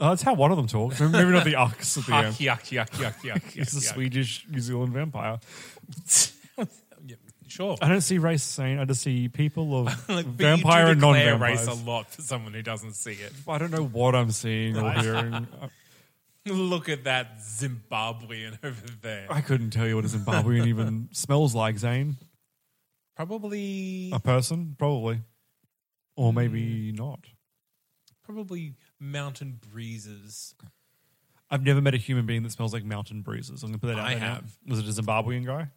[SPEAKER 3] Oh, that's how one of them talks. Maybe
[SPEAKER 2] (laughs)
[SPEAKER 3] not the ox at the
[SPEAKER 2] Yuck,
[SPEAKER 3] end.
[SPEAKER 2] yuck, yuck, yuck, yuck, (laughs) yuck.
[SPEAKER 3] It's a
[SPEAKER 2] yuck.
[SPEAKER 3] Swedish New Zealand vampire.
[SPEAKER 2] (laughs) Yeah, sure.
[SPEAKER 3] I don't see race saying. I just see people of
[SPEAKER 2] (laughs) Like, but you
[SPEAKER 3] vampire
[SPEAKER 2] do
[SPEAKER 3] and non
[SPEAKER 2] declare
[SPEAKER 3] vampires.
[SPEAKER 2] race a lot for someone who doesn't see it. (laughs)
[SPEAKER 3] I don't know what I'm seeing or hearing. I-
[SPEAKER 2] Look at that Zimbabwean (laughs) over there.
[SPEAKER 3] I couldn't tell you what a Zimbabwean
[SPEAKER 2] (laughs)
[SPEAKER 3] even smells like, Zane.
[SPEAKER 2] Probably,
[SPEAKER 3] A person, probably, or
[SPEAKER 2] Hmm.
[SPEAKER 3] maybe not.
[SPEAKER 2] probably mountain breezes.
[SPEAKER 3] I've never met a human being that smells like mountain breezes. I'm gonna put that out
[SPEAKER 2] I
[SPEAKER 3] there now.
[SPEAKER 2] have.
[SPEAKER 3] Was it a Zimbabwean guy?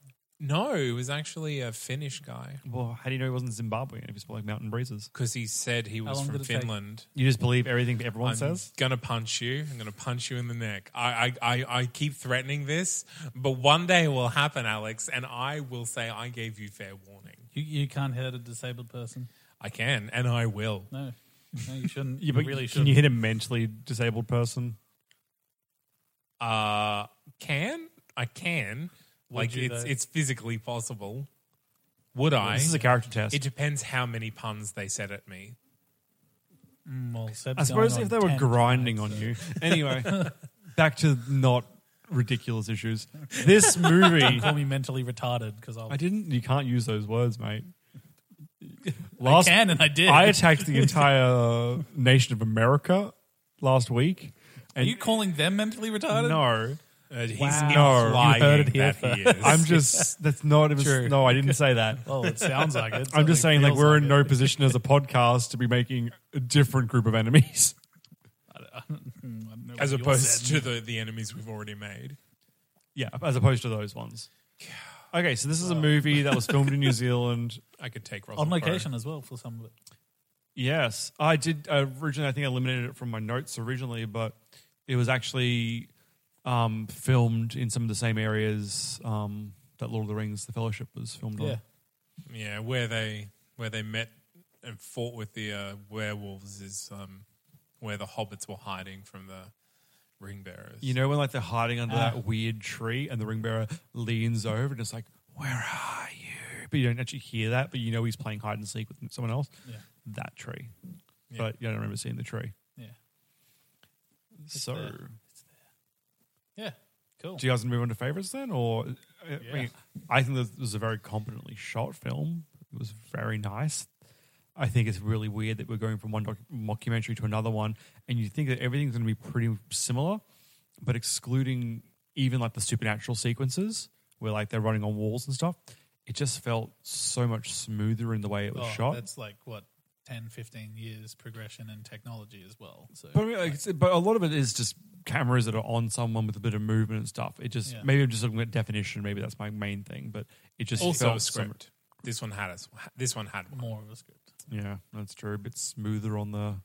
[SPEAKER 2] No, it was actually a Finnish guy
[SPEAKER 3] Well, how do you know he wasn't Zimbabwean if he smelled like mountain breezes?
[SPEAKER 2] because he said he was
[SPEAKER 1] long
[SPEAKER 2] from
[SPEAKER 1] did it take?
[SPEAKER 2] Finland.
[SPEAKER 3] You just believe everything that everyone
[SPEAKER 2] I'm
[SPEAKER 3] says.
[SPEAKER 2] gonna punch you. I'm gonna punch you in the neck. I, I, I, I keep threatening this, but one day it will happen, Alex, and I will say I gave you fair warning.
[SPEAKER 1] You you can't hurt a disabled person.
[SPEAKER 2] I can, and I will.
[SPEAKER 1] No, no, you shouldn't.
[SPEAKER 3] (laughs) Yeah,
[SPEAKER 1] you
[SPEAKER 3] but
[SPEAKER 1] really
[SPEAKER 3] can
[SPEAKER 1] shouldn't.
[SPEAKER 3] you hit a mentally disabled person?
[SPEAKER 2] Uh, can I can? Like
[SPEAKER 1] you,
[SPEAKER 2] it's
[SPEAKER 1] though?
[SPEAKER 2] it's physically possible. Would I?
[SPEAKER 3] This is a character test.
[SPEAKER 2] It depends how many puns they said at me.
[SPEAKER 1] Mm, well, so
[SPEAKER 3] I
[SPEAKER 1] it's
[SPEAKER 3] suppose
[SPEAKER 1] going
[SPEAKER 3] if they
[SPEAKER 1] on
[SPEAKER 3] were
[SPEAKER 1] 10
[SPEAKER 3] grinding
[SPEAKER 1] tonight,
[SPEAKER 3] on
[SPEAKER 1] so- (laughs)
[SPEAKER 3] you. Anyway, (laughs) back to not ridiculous issues. This
[SPEAKER 1] (laughs)
[SPEAKER 3] movie,
[SPEAKER 1] call me mentally retarded because I'll.
[SPEAKER 3] I didn't. You can't use those words, mate.
[SPEAKER 1] I
[SPEAKER 3] Last
[SPEAKER 1] can and I did.
[SPEAKER 3] I attacked the entire nation of America last week.
[SPEAKER 1] Are
[SPEAKER 3] And
[SPEAKER 1] you calling them mentally retarded?
[SPEAKER 3] no,
[SPEAKER 2] Uh, he's
[SPEAKER 3] No,
[SPEAKER 2] implying
[SPEAKER 3] you heard it here
[SPEAKER 2] that he is.
[SPEAKER 3] (laughs) I'm just. That's not. It was,
[SPEAKER 1] True.
[SPEAKER 3] no, I didn't say that.
[SPEAKER 1] (laughs) Well, it sounds like it.
[SPEAKER 3] (laughs) I'm just
[SPEAKER 1] certainly
[SPEAKER 3] saying, like,
[SPEAKER 1] feels
[SPEAKER 3] we're in
[SPEAKER 1] it.
[SPEAKER 3] no position as a podcast to be making a different group of enemies. (laughs)
[SPEAKER 1] I don't know
[SPEAKER 2] as
[SPEAKER 1] what you
[SPEAKER 2] opposed
[SPEAKER 1] said.
[SPEAKER 2] to the, the enemies we've already made.
[SPEAKER 3] Yeah, as opposed to those ones. Okay, so this is a movie that was filmed
[SPEAKER 1] (laughs)
[SPEAKER 3] in New Zealand.
[SPEAKER 2] I could take Russell
[SPEAKER 1] on
[SPEAKER 2] Crowe.
[SPEAKER 1] location as well for some of it.
[SPEAKER 3] Yes, I did uh, originally. I think I eliminated it from my notes originally, but it was actually um, filmed in some of the same areas um, that Lord of the Rings: The Fellowship was filmed on.
[SPEAKER 1] Yeah.
[SPEAKER 2] Yeah, where they where they met and fought with the uh, werewolves is um, where the hobbits were hiding from the ring bearers.
[SPEAKER 3] You know when like they're hiding under
[SPEAKER 1] Ah.
[SPEAKER 3] that weird tree and the ring bearer leans over and it's like, "Where are you?" But you don't actually hear that, but you know he's playing hide and seek with someone else.
[SPEAKER 1] Yeah.
[SPEAKER 3] That tree, but you don't remember seeing the tree.
[SPEAKER 1] Yeah.
[SPEAKER 3] so,
[SPEAKER 1] there. Yeah. Cool.
[SPEAKER 3] do you guys want to move on to favorites then, or uh, I, mean, I think this was a very competently shot film. It was very nice. I think it's really weird that we're going from one doc- mockumentary to another one, and you think that everything's going to be pretty similar, but excluding even like the supernatural sequences where like they're running on walls and stuff, it just felt so much smoother in the way it was
[SPEAKER 1] Oh,
[SPEAKER 3] shot.
[SPEAKER 1] That's like what 10, 15 years progression in technology as well. So
[SPEAKER 3] But, I mean, like, it's- but a lot of it is just cameras that are on someone with a bit of movement and stuff. It just
[SPEAKER 1] Yeah.
[SPEAKER 3] maybe I'm just looking at definition. Maybe that's my main thing. But it just
[SPEAKER 2] also a
[SPEAKER 3] felt so
[SPEAKER 2] script. This one had us. This one had one.
[SPEAKER 1] more of a script.
[SPEAKER 3] much- yeah, that's true. A bit smoother on the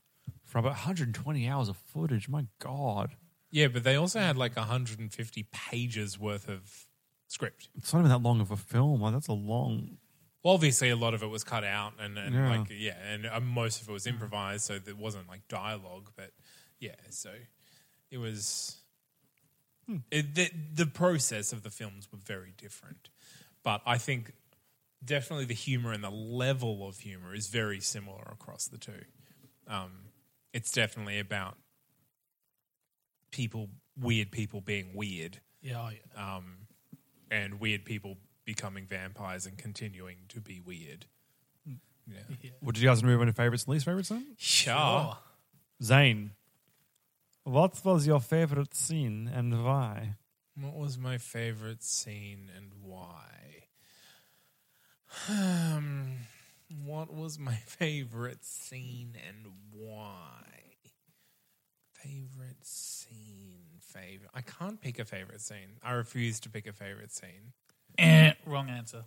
[SPEAKER 3] front. But 120 hours of footage. My God,
[SPEAKER 2] Yeah, but they also had like 150 pages worth of script.
[SPEAKER 3] it's not even that long of a film. Like, that's a long.
[SPEAKER 2] Well, obviously, a lot of it was cut out, and, and
[SPEAKER 3] Yeah.
[SPEAKER 2] like yeah, and uh, most of it was improvised, so there wasn't like dialogue. But yeah, so it was it, the the process of the films were very different, but I think definitely the humor and the level of humor is very similar across the two. Um, it's definitely about people, weird people being weird
[SPEAKER 1] Yeah. Oh, yeah.
[SPEAKER 2] um, and weird people becoming vampires and continuing to be weird. Yeah.
[SPEAKER 3] Well, did you guys move on to favorites and least favorites then?
[SPEAKER 2] Sure.
[SPEAKER 3] Zane, What was your favorite scene and why?
[SPEAKER 2] What was my favorite scene and why? Um, what was my (laughs) favorite scene and why? Favorite scene, favorite. I can't pick a favorite scene. I refuse to pick a favorite scene.
[SPEAKER 1] Eh, wrong answer.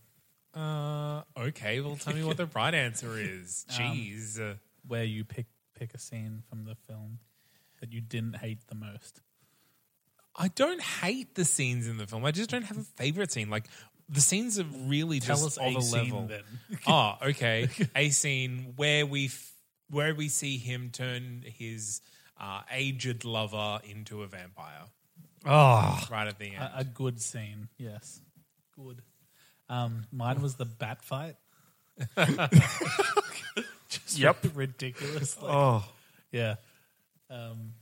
[SPEAKER 2] Uh, okay. Well, tell me what the right answer is. Jeez.
[SPEAKER 1] Where you pick pick a scene from the film that you didn't hate the most.
[SPEAKER 2] I don't hate the scenes in the film. I just don't have a favorite scene. Like the scenes are really
[SPEAKER 1] Tell us
[SPEAKER 2] just on
[SPEAKER 1] a
[SPEAKER 2] a
[SPEAKER 1] scene
[SPEAKER 2] level.
[SPEAKER 1] then.
[SPEAKER 2] Ah, okay. a scene where we f- where we see him turn his uh, aged lover into a vampire
[SPEAKER 3] Oh,
[SPEAKER 2] right at the end.
[SPEAKER 1] A, a good scene, yes. Good. Um, mine was the bat fight. (laughs) Just
[SPEAKER 3] Yep.
[SPEAKER 1] Ridiculous. like-
[SPEAKER 3] oh.
[SPEAKER 1] Yeah. Um,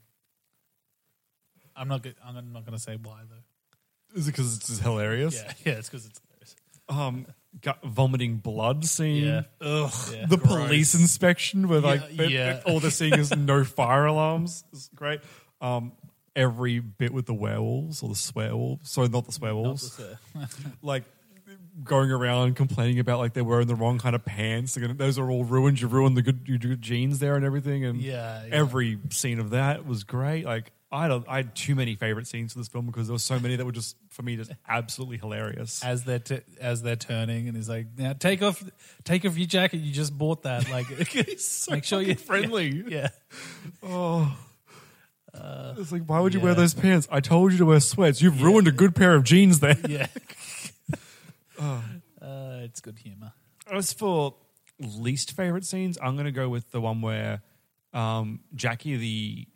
[SPEAKER 1] I'm not. Go- I'm not going to say why though.
[SPEAKER 3] Is it because it's just hilarious?
[SPEAKER 1] Yeah, (laughs) yeah. It's because it's. hilarious.
[SPEAKER 3] Um, got vomiting blood scene.
[SPEAKER 1] Yeah.
[SPEAKER 3] Mm. Ugh.
[SPEAKER 1] Yeah.
[SPEAKER 3] The
[SPEAKER 1] Gross.
[SPEAKER 3] police inspection where like
[SPEAKER 1] Yeah,
[SPEAKER 3] they- they-
[SPEAKER 1] yeah.
[SPEAKER 3] all they're seeing
[SPEAKER 1] (laughs)
[SPEAKER 3] is no fire alarms. It's great. Um, every bit with the werewolves or the swearwolves. Sorry, not the swearwolves. like going around complaining about like they were in the wrong kind of pants. They're gonna, those are all ruined. You ruined the good, your good jeans there and everything. And
[SPEAKER 1] Yeah, yeah.
[SPEAKER 3] every scene of that was great. Like I don't, I had too many favorite scenes for this film because there were so many that were just for me just absolutely hilarious.
[SPEAKER 1] As they're t- as they're turning, and he's like, "Now take off, take off your jacket. You just bought that. Like, (laughs) make sure you're
[SPEAKER 3] (laughs) friendly.
[SPEAKER 1] (laughs) Yeah,
[SPEAKER 3] Oh. it's like, why would you wear
[SPEAKER 1] yeah.
[SPEAKER 3] those pants? I told you to wear sweats. You've ruined a good pair of jeans (laughs) there.
[SPEAKER 1] yeah. Uh, it's good humor.
[SPEAKER 3] As for least favorite scenes, I'm going to go with the one where um, Jackie, the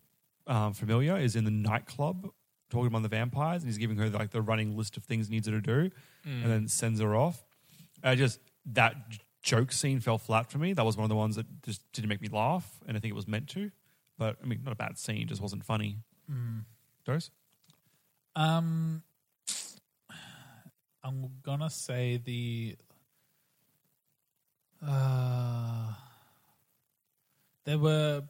[SPEAKER 3] um, familiar, is in the nightclub talking about the vampires, and he's giving her like the running list of things he needs her to do, and then sends her off. I just that j- joke scene fell flat for me. That was one of the ones that just didn't make me laugh, and I think it was meant to. But I mean, not a bad scene, just wasn't funny. Dose?
[SPEAKER 1] Um, I'm gonna say the. Uh, there were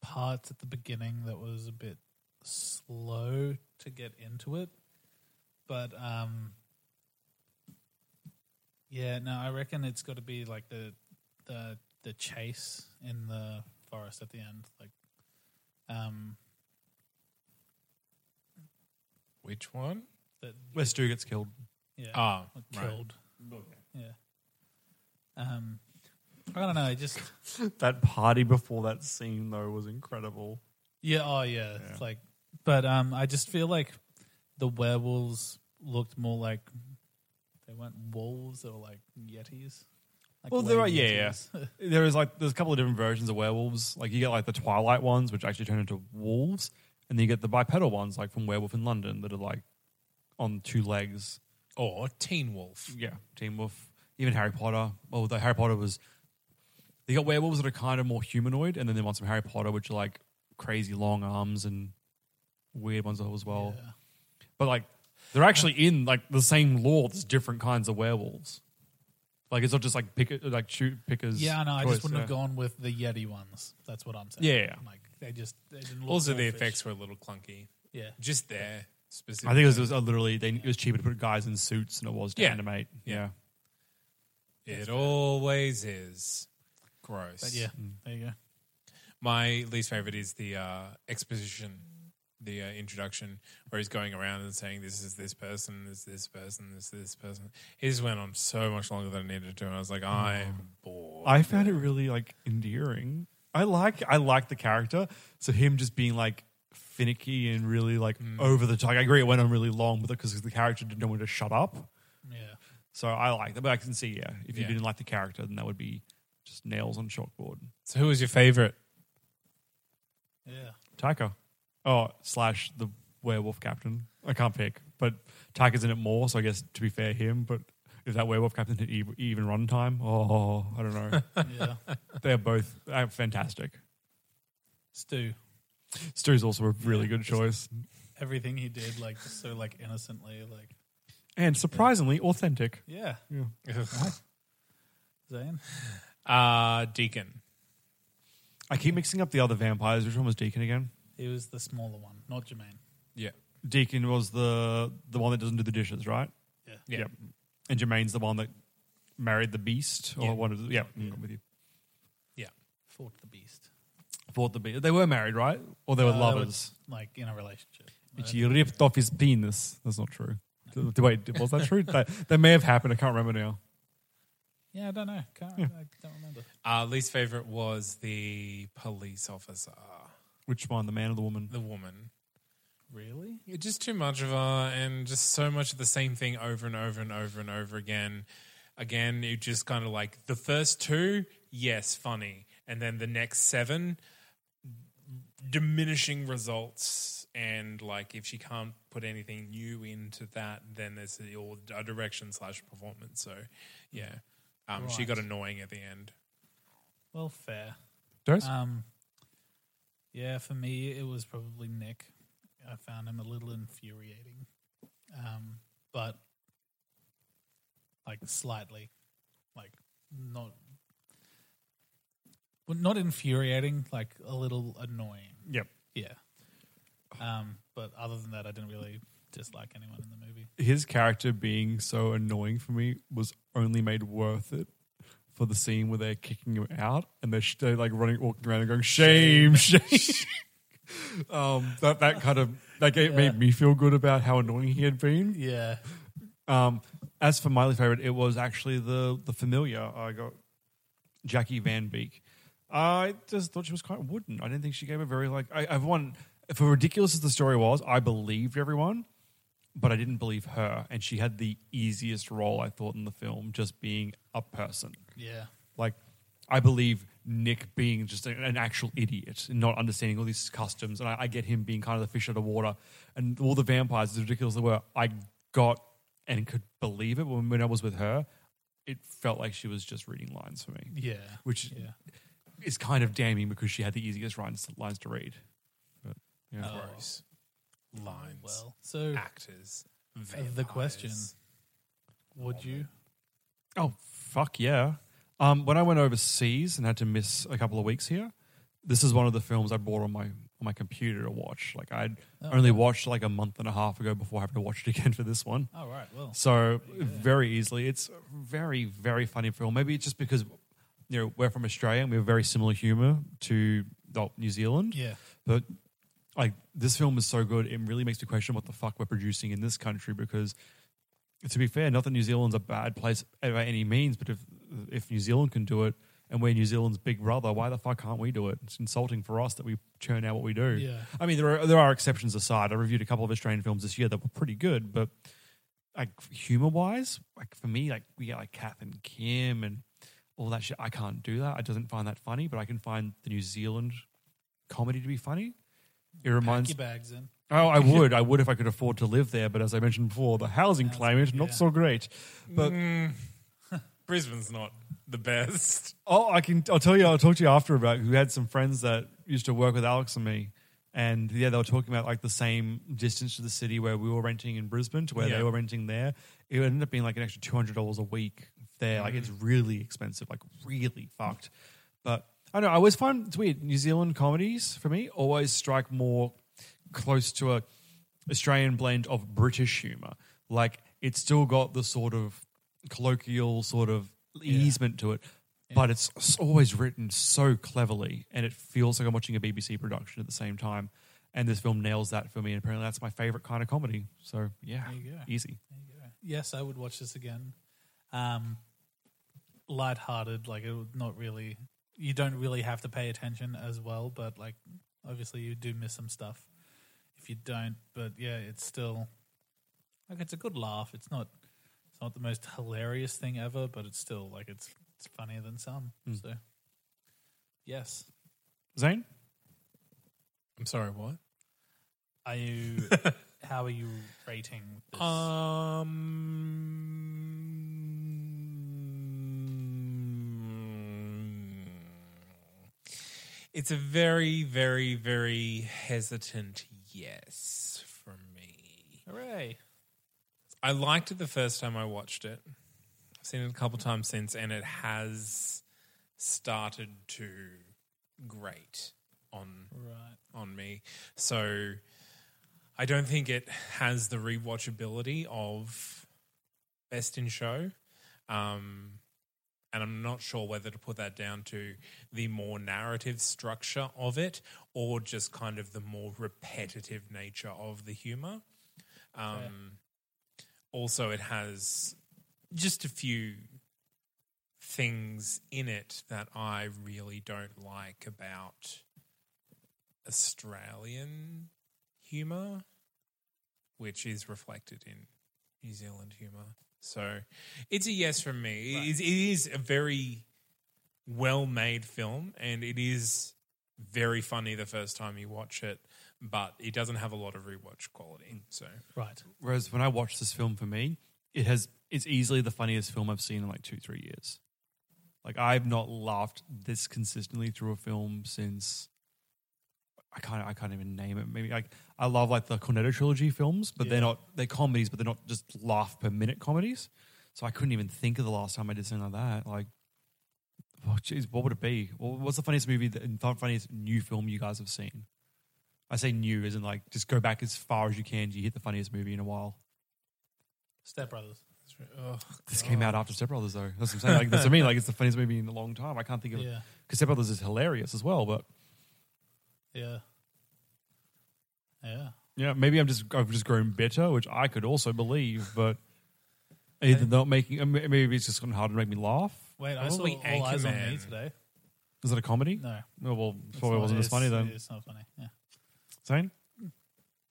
[SPEAKER 1] parts at the beginning that was a bit slow to get into it, but um, yeah, no, I reckon it's got to be like the the the chase in the forest at the end, like um,
[SPEAKER 2] Which one?
[SPEAKER 1] the,
[SPEAKER 3] Where Stu gets killed.
[SPEAKER 1] yeah.
[SPEAKER 2] Ah,
[SPEAKER 1] Like,
[SPEAKER 2] right.
[SPEAKER 1] killed. Yeah. Um, I don't know. I just
[SPEAKER 3] That party before that scene though was incredible.
[SPEAKER 1] yeah. Oh yeah. It's like, but um, I just feel like the werewolves looked more like they weren't wolves. They were like yetis. Like
[SPEAKER 3] Well, there are
[SPEAKER 1] lady
[SPEAKER 3] yeah, yeah.
[SPEAKER 1] yetis.
[SPEAKER 3] (laughs) there is like there's a couple of different versions of werewolves. Like you get like the Twilight ones, which actually turn into wolves, and then you get the bipedal ones, like from Werewolf in London, that are like on two legs.
[SPEAKER 2] Or Teen Wolf?
[SPEAKER 3] Yeah, Team Wolf. Even Harry Potter. Oh, the Harry Potter was. They got werewolves that are kind of more humanoid, and then they want some Harry Potter, which are like crazy long arms and weird ones as well. But like, they're actually in like the same lore. There's different kinds of werewolves. Like it's not just like pick like shoot pickers.
[SPEAKER 1] Yeah, I know. I just
[SPEAKER 3] choice,
[SPEAKER 1] wouldn't have
[SPEAKER 3] yeah.
[SPEAKER 1] gone with the yeti ones. That's what I'm saying.
[SPEAKER 3] Yeah, yeah.
[SPEAKER 1] Like they just they didn't look
[SPEAKER 2] Also, the
[SPEAKER 1] wolfish.
[SPEAKER 2] effects were a little clunky.
[SPEAKER 1] Yeah.
[SPEAKER 2] Just there,
[SPEAKER 3] I
[SPEAKER 2] specifically.
[SPEAKER 3] think it was, it was uh, literally they, it was cheaper to put guys in suits than it was to
[SPEAKER 2] Yeah.
[SPEAKER 3] animate.
[SPEAKER 2] Yeah.
[SPEAKER 3] Yeah,
[SPEAKER 2] it always is. Gross.
[SPEAKER 1] But yeah.
[SPEAKER 3] Mm.
[SPEAKER 1] There you go.
[SPEAKER 2] My least favorite is the uh, exposition, the uh, introduction, where he's going around and saying, "This is this person, this is this person, this is this person." He just went on so much longer than I needed to, and I was like, "I'm bored."
[SPEAKER 3] Mm. I found it really like endearing. I like I like the character. So him just being like finicky and really like over the top. I agree, it went on really long, but because the character didn't know when to shut up.
[SPEAKER 1] Yeah.
[SPEAKER 3] So I like that, but I can see yeah, if you
[SPEAKER 2] Yeah.
[SPEAKER 3] didn't like the character, then that would be just nails on chalkboard.
[SPEAKER 2] so, who was your favorite?
[SPEAKER 1] Yeah.
[SPEAKER 3] Taika, oh slash the werewolf captain. I can't pick, but Taika's in it more. So I guess to be fair, him. But if that werewolf captain had ev- even runtime, oh, I don't know.
[SPEAKER 1] (laughs) Yeah.
[SPEAKER 3] (laughs) They're both uh, fantastic.
[SPEAKER 1] Stu.
[SPEAKER 3] Stu's also a really good choice.
[SPEAKER 1] Everything he did, like just so like innocently, like
[SPEAKER 3] and surprisingly authentic.
[SPEAKER 1] yeah. Zane.
[SPEAKER 2] (laughs) uh, Deacon.
[SPEAKER 3] I keep mixing up the other vampires. Which one was Deacon again?
[SPEAKER 1] He was the smaller one, not Jermaine.
[SPEAKER 2] Yeah.
[SPEAKER 3] Deacon was the the one that doesn't do the dishes, right?
[SPEAKER 1] Yeah.
[SPEAKER 2] Yeah.
[SPEAKER 3] And Jermaine's the one that married the beast, or
[SPEAKER 2] Yeah.
[SPEAKER 3] wanted. To, yeah, I'm with you.
[SPEAKER 2] Yeah.
[SPEAKER 1] Fought the beast.
[SPEAKER 3] Fought the beast. They were married, right? Or they were
[SPEAKER 1] Uh, they were,
[SPEAKER 3] lovers.
[SPEAKER 1] Like in a relationship.
[SPEAKER 3] And she ripped off his penis. That's not (laughs) true. D- Wait, was that true? that, that may have happened. I can't remember now.
[SPEAKER 1] Yeah, I don't know. Can't, I don't remember.
[SPEAKER 2] Uh, least favorite was the police officer,
[SPEAKER 3] Which one, the man or the woman?
[SPEAKER 2] the woman.
[SPEAKER 1] Really?
[SPEAKER 2] Yeah, just too much of her, and just so much of the same thing over and over and over and over again. Again, it just kind of like the first two, yes, funny, and then the next seven, diminishing results. And like, if she can't put anything new into that, then there's the all a direction slash performance. So, yeah, um, she got annoying at the end.
[SPEAKER 1] Well, fair.
[SPEAKER 3] Doris?
[SPEAKER 1] Um, yeah, for me, it was probably Nick. I found him a little infuriating, um, but like slightly, like not, well, not infuriating, like a little annoying.
[SPEAKER 3] yep.
[SPEAKER 1] Yeah. Um, but other than that, I didn't really dislike anyone in the movie.
[SPEAKER 3] his character being so annoying for me was only made worth it for the scene where they're kicking him out and they're, sh- they're like running, walking around and going shame, shame. (laughs) um, that that kind of like it made me feel good about how annoying he had been.
[SPEAKER 1] Yeah.
[SPEAKER 3] Um, as for my favorite, it was actually the the familiar. I got Jackie Van Beek. I just thought she was quite wooden. I didn't think she gave a very like. I, everyone, for ridiculous as the story was, I believed everyone, but I didn't believe her. And she had the easiest role I thought in the film, just being a person.
[SPEAKER 1] Yeah.
[SPEAKER 3] Like, I believe Nick being just an, an actual idiot and not understanding all these customs. And I, I get him being kind of the fish out of water. And all the vampires, as ridiculous as they were, I got and could believe it. When, when I was with her, it felt like she was just reading lines for me,
[SPEAKER 1] Yeah.
[SPEAKER 3] which
[SPEAKER 1] Yeah.
[SPEAKER 3] is kind of damning because she had the easiest lines, lines to read. But,
[SPEAKER 1] Oh,
[SPEAKER 3] yeah.
[SPEAKER 2] Gross. Lines.
[SPEAKER 1] Well, so
[SPEAKER 2] actors.
[SPEAKER 1] the question would you?
[SPEAKER 3] Oh fuck yeah! Um, when I went overseas and had to miss a couple of weeks here, this is one of the films I bought on my on my computer to watch. Like I'd only watched like a month and a half ago before having to watch it (laughs) again for this one.
[SPEAKER 1] All right. Well,
[SPEAKER 3] So very easily, it's a very very funny film. Maybe it's just because you know we're from Australia and we have very similar humor to well, New Zealand.
[SPEAKER 1] Yeah.
[SPEAKER 3] but like this film is so good, it really makes me question what the fuck we're producing in this country because to be fair, not that New Zealand's a bad place by any means, but if if New Zealand can do it and we're New Zealand's big brother, why the fuck can't we do it? It's insulting for us that we churn out what we do.
[SPEAKER 1] Yeah.
[SPEAKER 3] I mean, there are there are exceptions aside. I reviewed a couple of Australian films this year that were pretty good, but like humor wise, like for me, like we got like Kath and Kim and all that shit. I can't do that. I doesn't find that funny, but I can find the New Zealand comedy to be funny. It
[SPEAKER 1] pack
[SPEAKER 3] reminds
[SPEAKER 1] your bags in.
[SPEAKER 3] Oh, I would. I would if I could afford to live there. But as I mentioned before, the housing climate not so great. But
[SPEAKER 2] Brisbane's not the best.
[SPEAKER 3] oh, I can. I'll tell you. I'll talk to you after about who had some friends that used to work with Alex and me. And yeah, they were talking about like the same distance to the city where we were renting in Brisbane to where
[SPEAKER 2] Yeah.
[SPEAKER 3] they were renting there. It ended up being like an extra two hundred dollars a week there. Like it's really expensive. Like really fucked. But I don't know. I always find it's weird. New Zealand comedies for me always strike more close to a Australian blend of British humor. Like it's still got the sort of colloquial sort of easement to it, but it's s- always written so cleverly, and it feels like I'm watching a BBC production at the same time. And this film nails that for me, and apparently that's my favorite kind of comedy. So yeah, easy.
[SPEAKER 1] Yes, I would watch this again. Um, lighthearted, like it would not really. You don't really have to pay attention as well, but like obviously you do miss some stuff if you don't. But yeah, it's still like it's a good laugh. It's not. It's not the most hilarious thing ever, but it's still like it's it's funnier than some. So yes,
[SPEAKER 3] Zane,
[SPEAKER 2] I'm sorry, what?
[SPEAKER 1] are you? how are you rating this?
[SPEAKER 2] Uh, Um, it's a very, very, very hesitant yes from me.
[SPEAKER 1] Hooray!
[SPEAKER 2] I liked it the first time I watched it. I've seen it a couple times since, and it has started to grate on
[SPEAKER 1] Right.
[SPEAKER 2] on me. So I don't think it has the rewatchability of Best in Show. Um, and I'm not sure whether to put that down to the more narrative structure of it or just kind of the more repetitive nature of the humor. Um, Also, it has just a few things in it that I really don't like about Australian humor, which is reflected in New Zealand humor. So it's a yes from me. It is- it is a very well made film and it is very funny the first time you watch it, but it doesn't have a lot of rewatch quality. So
[SPEAKER 1] Right.
[SPEAKER 3] Whereas when I watch this film, for me, it has it's easily the funniest film I've seen in like two three years. Like I've not laughed this consistently through a film since I can't I can't even name it. Maybe like I love like the Cornetto trilogy films, but they're not they're comedies, but they're not just laugh per minute comedies. So I couldn't even think of the last time I did something like that. Like, oh jeez, what would it be? What- What's the funniest movie that funniest new film you guys have seen? I say new isn't like just go back as far as you can. You hit the funniest movie in a while.
[SPEAKER 1] Step Brothers.
[SPEAKER 3] This came out after Step Brothers, though. That's what I'm saying. Like, that's what I mean. Like, it's the funniest movie in a long time. I can't think of
[SPEAKER 1] Yeah.
[SPEAKER 3] because Step Brothers is hilarious as well. But
[SPEAKER 1] Yeah. Yeah.
[SPEAKER 3] yeah, maybe I'm just I've just grown better, which I could also believe. But either not making, um, maybe it's just gotten harder to make me laugh.
[SPEAKER 1] Wait, I saw
[SPEAKER 2] Probably
[SPEAKER 1] All Eyes on Me
[SPEAKER 2] Anchorman.
[SPEAKER 1] today.
[SPEAKER 3] Is it a comedy?
[SPEAKER 1] No.
[SPEAKER 3] No, well,
[SPEAKER 1] It's
[SPEAKER 3] probably
[SPEAKER 1] not-
[SPEAKER 3] wasn't as
[SPEAKER 1] it's-
[SPEAKER 3] funny then.
[SPEAKER 1] It's not funny. Yeah.
[SPEAKER 3] Same.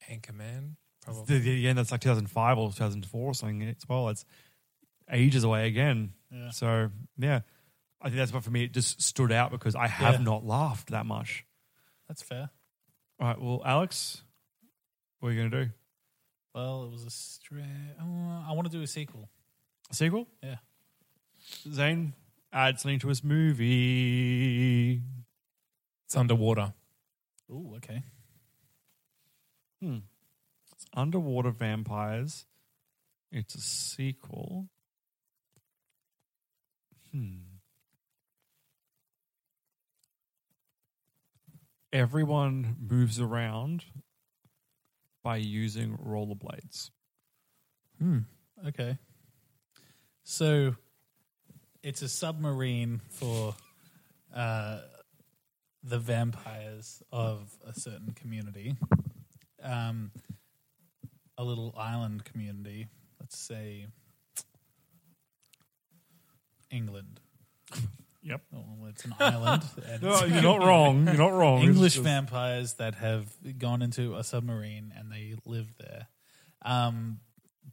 [SPEAKER 2] Anchorman,
[SPEAKER 3] It's
[SPEAKER 2] probably.
[SPEAKER 3] the- the- Again, that's like 2005 or 2004 or something as well. It's ages away again.
[SPEAKER 1] Yeah.
[SPEAKER 3] So, yeah, I think that's what for me it just stood out because I have
[SPEAKER 1] Yeah.
[SPEAKER 3] not laughed that much.
[SPEAKER 1] That's fair.
[SPEAKER 3] All right, well, Alex, what are you going to do?
[SPEAKER 1] Well, it was a straight. Oh, I want to do a sequel.
[SPEAKER 3] A sequel?
[SPEAKER 1] Yeah.
[SPEAKER 3] Zane, add something to his movie.
[SPEAKER 2] It's underwater.
[SPEAKER 1] Ooh, okay.
[SPEAKER 3] It's Underwater Vampires. It's a sequel. Hmm. Everyone moves around by using rollerblades.
[SPEAKER 1] Okay. So it's a submarine for uh, the vampires of a certain community, um, a little island community, let's say England.
[SPEAKER 3] Yep.
[SPEAKER 1] Oh, well, it's an island. and
[SPEAKER 3] No, Oh, you're not wrong. You're not (laughs) wrong.
[SPEAKER 1] English
[SPEAKER 3] It's just-
[SPEAKER 1] vampires that have gone into a submarine and they live there. Um,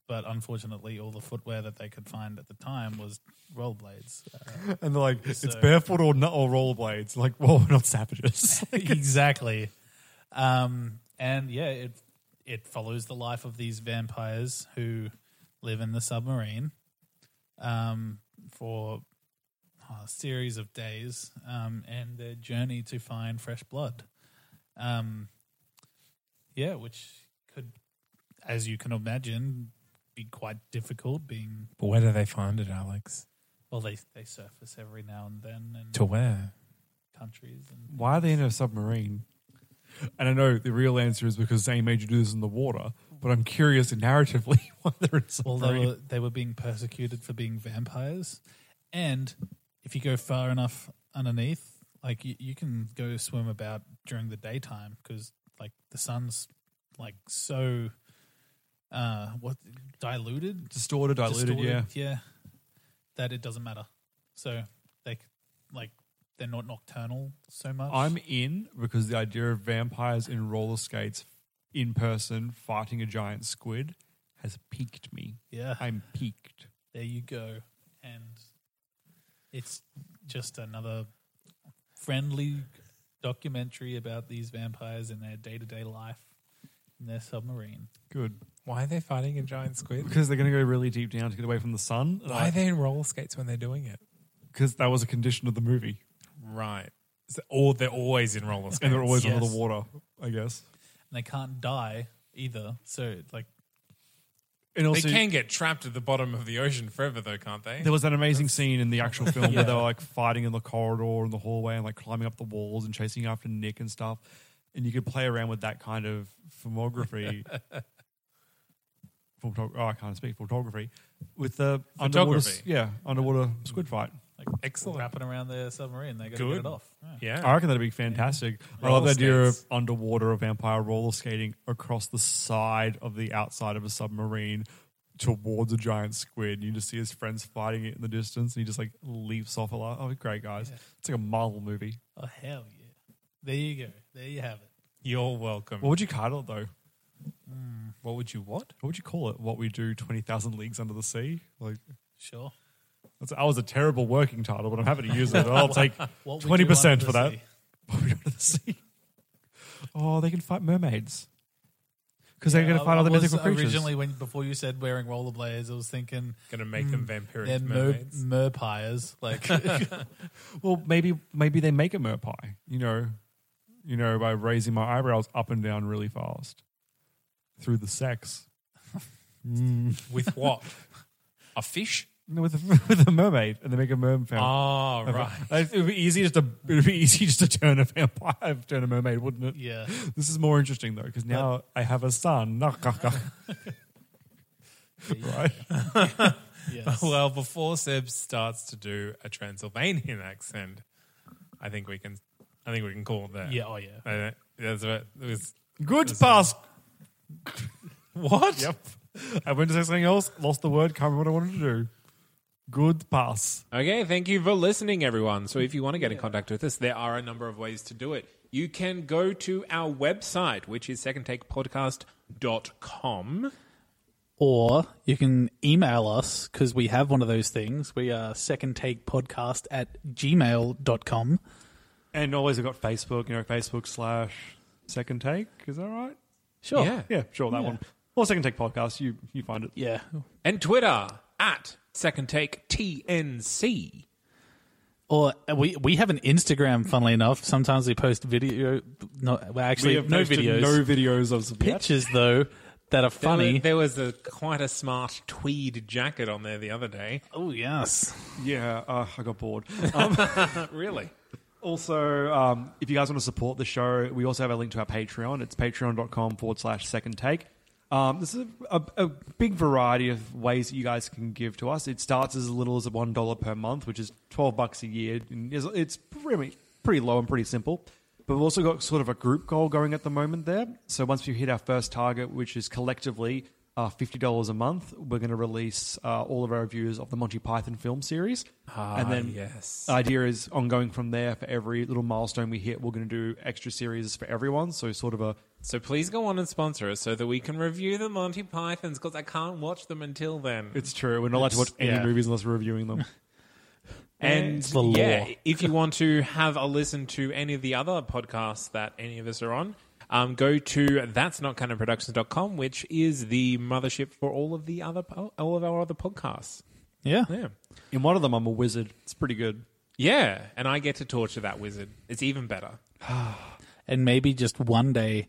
[SPEAKER 1] but unfortunately, all the footwear that they could find at the time was rollerblades. Uh,
[SPEAKER 3] And they're like, it's
[SPEAKER 1] So-
[SPEAKER 3] barefoot or nut or rollerblades. Like, (laughs) well, we're not savages.
[SPEAKER 1] exactly. Um, and yeah, it it follows the life of these vampires who live in the submarine um, for oh, a series of days um, and their journey to find fresh blood. Um, yeah, which could, as you can imagine, be quite difficult. Being
[SPEAKER 2] But where do they find it, Alex?
[SPEAKER 1] well, they they surface every now and then in
[SPEAKER 2] To where?
[SPEAKER 1] countries and
[SPEAKER 3] Why are they in a submarine? And I know the real answer is because Zane made you do this in the water, but I'm
[SPEAKER 2] (laughs)
[SPEAKER 3] curious narratively why they're in a
[SPEAKER 1] Well,
[SPEAKER 3] submarine.
[SPEAKER 1] they were, they were being persecuted for being vampires. And if you go far enough underneath, like you, you can go swim about during the daytime because like the sun's like so uh what diluted
[SPEAKER 3] (laughs) distorted, diluted, yeah.
[SPEAKER 1] yeah that it doesn't matter so they c- like they're not nocturnal so much
[SPEAKER 3] I'm in because the idea of vampires in roller skates in person fighting a giant squid has piqued me.
[SPEAKER 1] yeah
[SPEAKER 3] I'm piqued.
[SPEAKER 1] there you go. And it's just another friendly documentary about these vampires and their day to day life in their submarine.
[SPEAKER 3] Good.
[SPEAKER 2] Why are they fighting a giant squid?
[SPEAKER 3] Because they're going to go really deep down to get away from the sun.
[SPEAKER 2] Why are they in roller skates when they're doing it?
[SPEAKER 3] Because that was a condition of the movie.
[SPEAKER 2] Right. So, or they're always in roller skates.
[SPEAKER 3] And they're always under
[SPEAKER 1] Yes.
[SPEAKER 3] the water, I guess.
[SPEAKER 1] And they can't die either. So, like,
[SPEAKER 3] And
[SPEAKER 2] They
[SPEAKER 3] also,
[SPEAKER 2] can get trapped at the bottom of the ocean forever, though, can't they?
[SPEAKER 3] there was that amazing scene in the actual film where they were like fighting in the corridor and the hallway and like climbing up the walls and chasing after Nick and stuff. And you could play around with that kind of filmography. Photo- oh, I can't speak photography with the underwater, s-
[SPEAKER 2] Photography.
[SPEAKER 3] yeah, underwater squid fight.
[SPEAKER 1] Like wrapping around their submarine. They got to get
[SPEAKER 2] Good.
[SPEAKER 1] it off. Yeah.
[SPEAKER 3] I
[SPEAKER 2] Yeah.
[SPEAKER 3] reckon that'd be fantastic. I
[SPEAKER 2] Roller
[SPEAKER 3] love the idea of
[SPEAKER 2] skates.
[SPEAKER 3] underwater vampire roller skating across the side of the outside of a submarine towards a giant squid. And you just see his friends fighting it in the distance, and he just like leaps off a lot. Oh, great guys! It's like a Marvel movie.
[SPEAKER 1] Oh hell yeah! There you go. There you have it.
[SPEAKER 2] You're welcome.
[SPEAKER 3] What would you title it though?
[SPEAKER 2] what would you what?
[SPEAKER 3] What would you call it? What we do twenty thousand leagues under the sea? Like
[SPEAKER 1] Sure.
[SPEAKER 3] that's, that was a terrible working title, but I'm happy to use it. I'll take
[SPEAKER 1] What we do
[SPEAKER 3] twenty percent
[SPEAKER 1] under
[SPEAKER 3] for
[SPEAKER 1] the
[SPEAKER 3] that.
[SPEAKER 1] sea.
[SPEAKER 3] What we do under the sea. Oh, they can fight mermaids. Because they're going to
[SPEAKER 1] I-
[SPEAKER 3] fight
[SPEAKER 1] I
[SPEAKER 3] other
[SPEAKER 1] was
[SPEAKER 3] mythical creatures.
[SPEAKER 1] Originally, when before you said wearing rollerblades, I was thinking
[SPEAKER 2] Going to make them vampiric
[SPEAKER 1] they're mer,
[SPEAKER 2] mermaids.
[SPEAKER 1] merpires.
[SPEAKER 3] (laughs)
[SPEAKER 1] Like
[SPEAKER 3] Well, maybe maybe they make a merpie. You know, you know, by raising my eyebrows up and down really fast through the sex.
[SPEAKER 2] With (laughs) what? a fish?
[SPEAKER 3] No, with (laughs) a, with a mermaid, and they make a mermaid.
[SPEAKER 1] Ah. (laughs)
[SPEAKER 2] Oh,
[SPEAKER 3] Like,
[SPEAKER 2] right.
[SPEAKER 3] It would be easy just to it would be easy just to turn a vampire, turn a mermaid, wouldn't it?
[SPEAKER 1] yeah,
[SPEAKER 3] This is more interesting though, because now I have a son.
[SPEAKER 1] (laughs)
[SPEAKER 3] right?
[SPEAKER 1] yes.
[SPEAKER 2] (laughs) Well, before Seb starts to do a Transylvanian accent, I think we can. I think we can call it that. Uh,
[SPEAKER 1] yeah, oh yeah.
[SPEAKER 2] I don't- that's what it was.
[SPEAKER 3] Good (laughs) pass.
[SPEAKER 2] What?
[SPEAKER 3] Yep. I went to say something else, lost the word, can't remember what I wanted to do. Good pass.
[SPEAKER 2] Okay, thank you for listening, everyone. So, if you want to get in contact with us, there are a number of ways to do it. You can go to our website, which is secondtakepodcast.com.
[SPEAKER 4] Or you can email us because we have one of those things. We are second take podcast at gmail.com.
[SPEAKER 3] And always I've got Facebook, you know, Facebook slash second take. Is that right?
[SPEAKER 4] Sure.
[SPEAKER 2] Yeah.
[SPEAKER 3] Yeah, sure, that one. Or second take podcast, you you find it.
[SPEAKER 4] Yeah.
[SPEAKER 2] And Twitter at Second Take TNC.
[SPEAKER 4] Or uh, we we have an Instagram, funnily enough. Sometimes we post video. No, well, actually,
[SPEAKER 3] we have
[SPEAKER 4] no
[SPEAKER 3] posted
[SPEAKER 4] videos.
[SPEAKER 3] No videos of Soviet.
[SPEAKER 4] Pictures, though, that are funny.
[SPEAKER 2] There was a quite a smart tweed jacket on there the other day.
[SPEAKER 4] oh, yes.
[SPEAKER 3] Yeah, uh, I got bored.
[SPEAKER 2] Really?
[SPEAKER 3] Also, um, if you guys want to support the show, we also have a link to our Patreon. It's patreon.com forward slash second take. Um, there's a, a, a big variety of ways that you guys can give to us. It starts as little as $1 per month, which is 12 bucks a year. And it's, it's pretty, pretty low and pretty simple. But we've also got sort of a group goal going at the moment there. So once we hit our first target, which is collectively uh, $50 a month, we're going to release uh, all of our reviews of the Monty Python film series. and then
[SPEAKER 2] yes.
[SPEAKER 3] idea is ongoing from there for every little milestone we hit we're going to do extra series for everyone so sort of a
[SPEAKER 2] So please go on and sponsor us so that we can review the Monty Pythons because I can't watch them until then.
[SPEAKER 3] it's true we're not allowed to watch any
[SPEAKER 4] yeah.
[SPEAKER 3] movies unless we're reviewing them
[SPEAKER 2] and
[SPEAKER 4] the law.
[SPEAKER 2] yeah, if you want to have a listen to any of the other podcasts that any of us are on, um, go to that's not kind of productions.com, which is the mothership for all of the other po- all of our other podcasts.
[SPEAKER 4] Yeah.
[SPEAKER 2] Yeah.
[SPEAKER 3] (laughs) in one of them i'm a wizard it's pretty good
[SPEAKER 2] Yeah, and I get to torture that wizard. It's even better.
[SPEAKER 4] And maybe just one day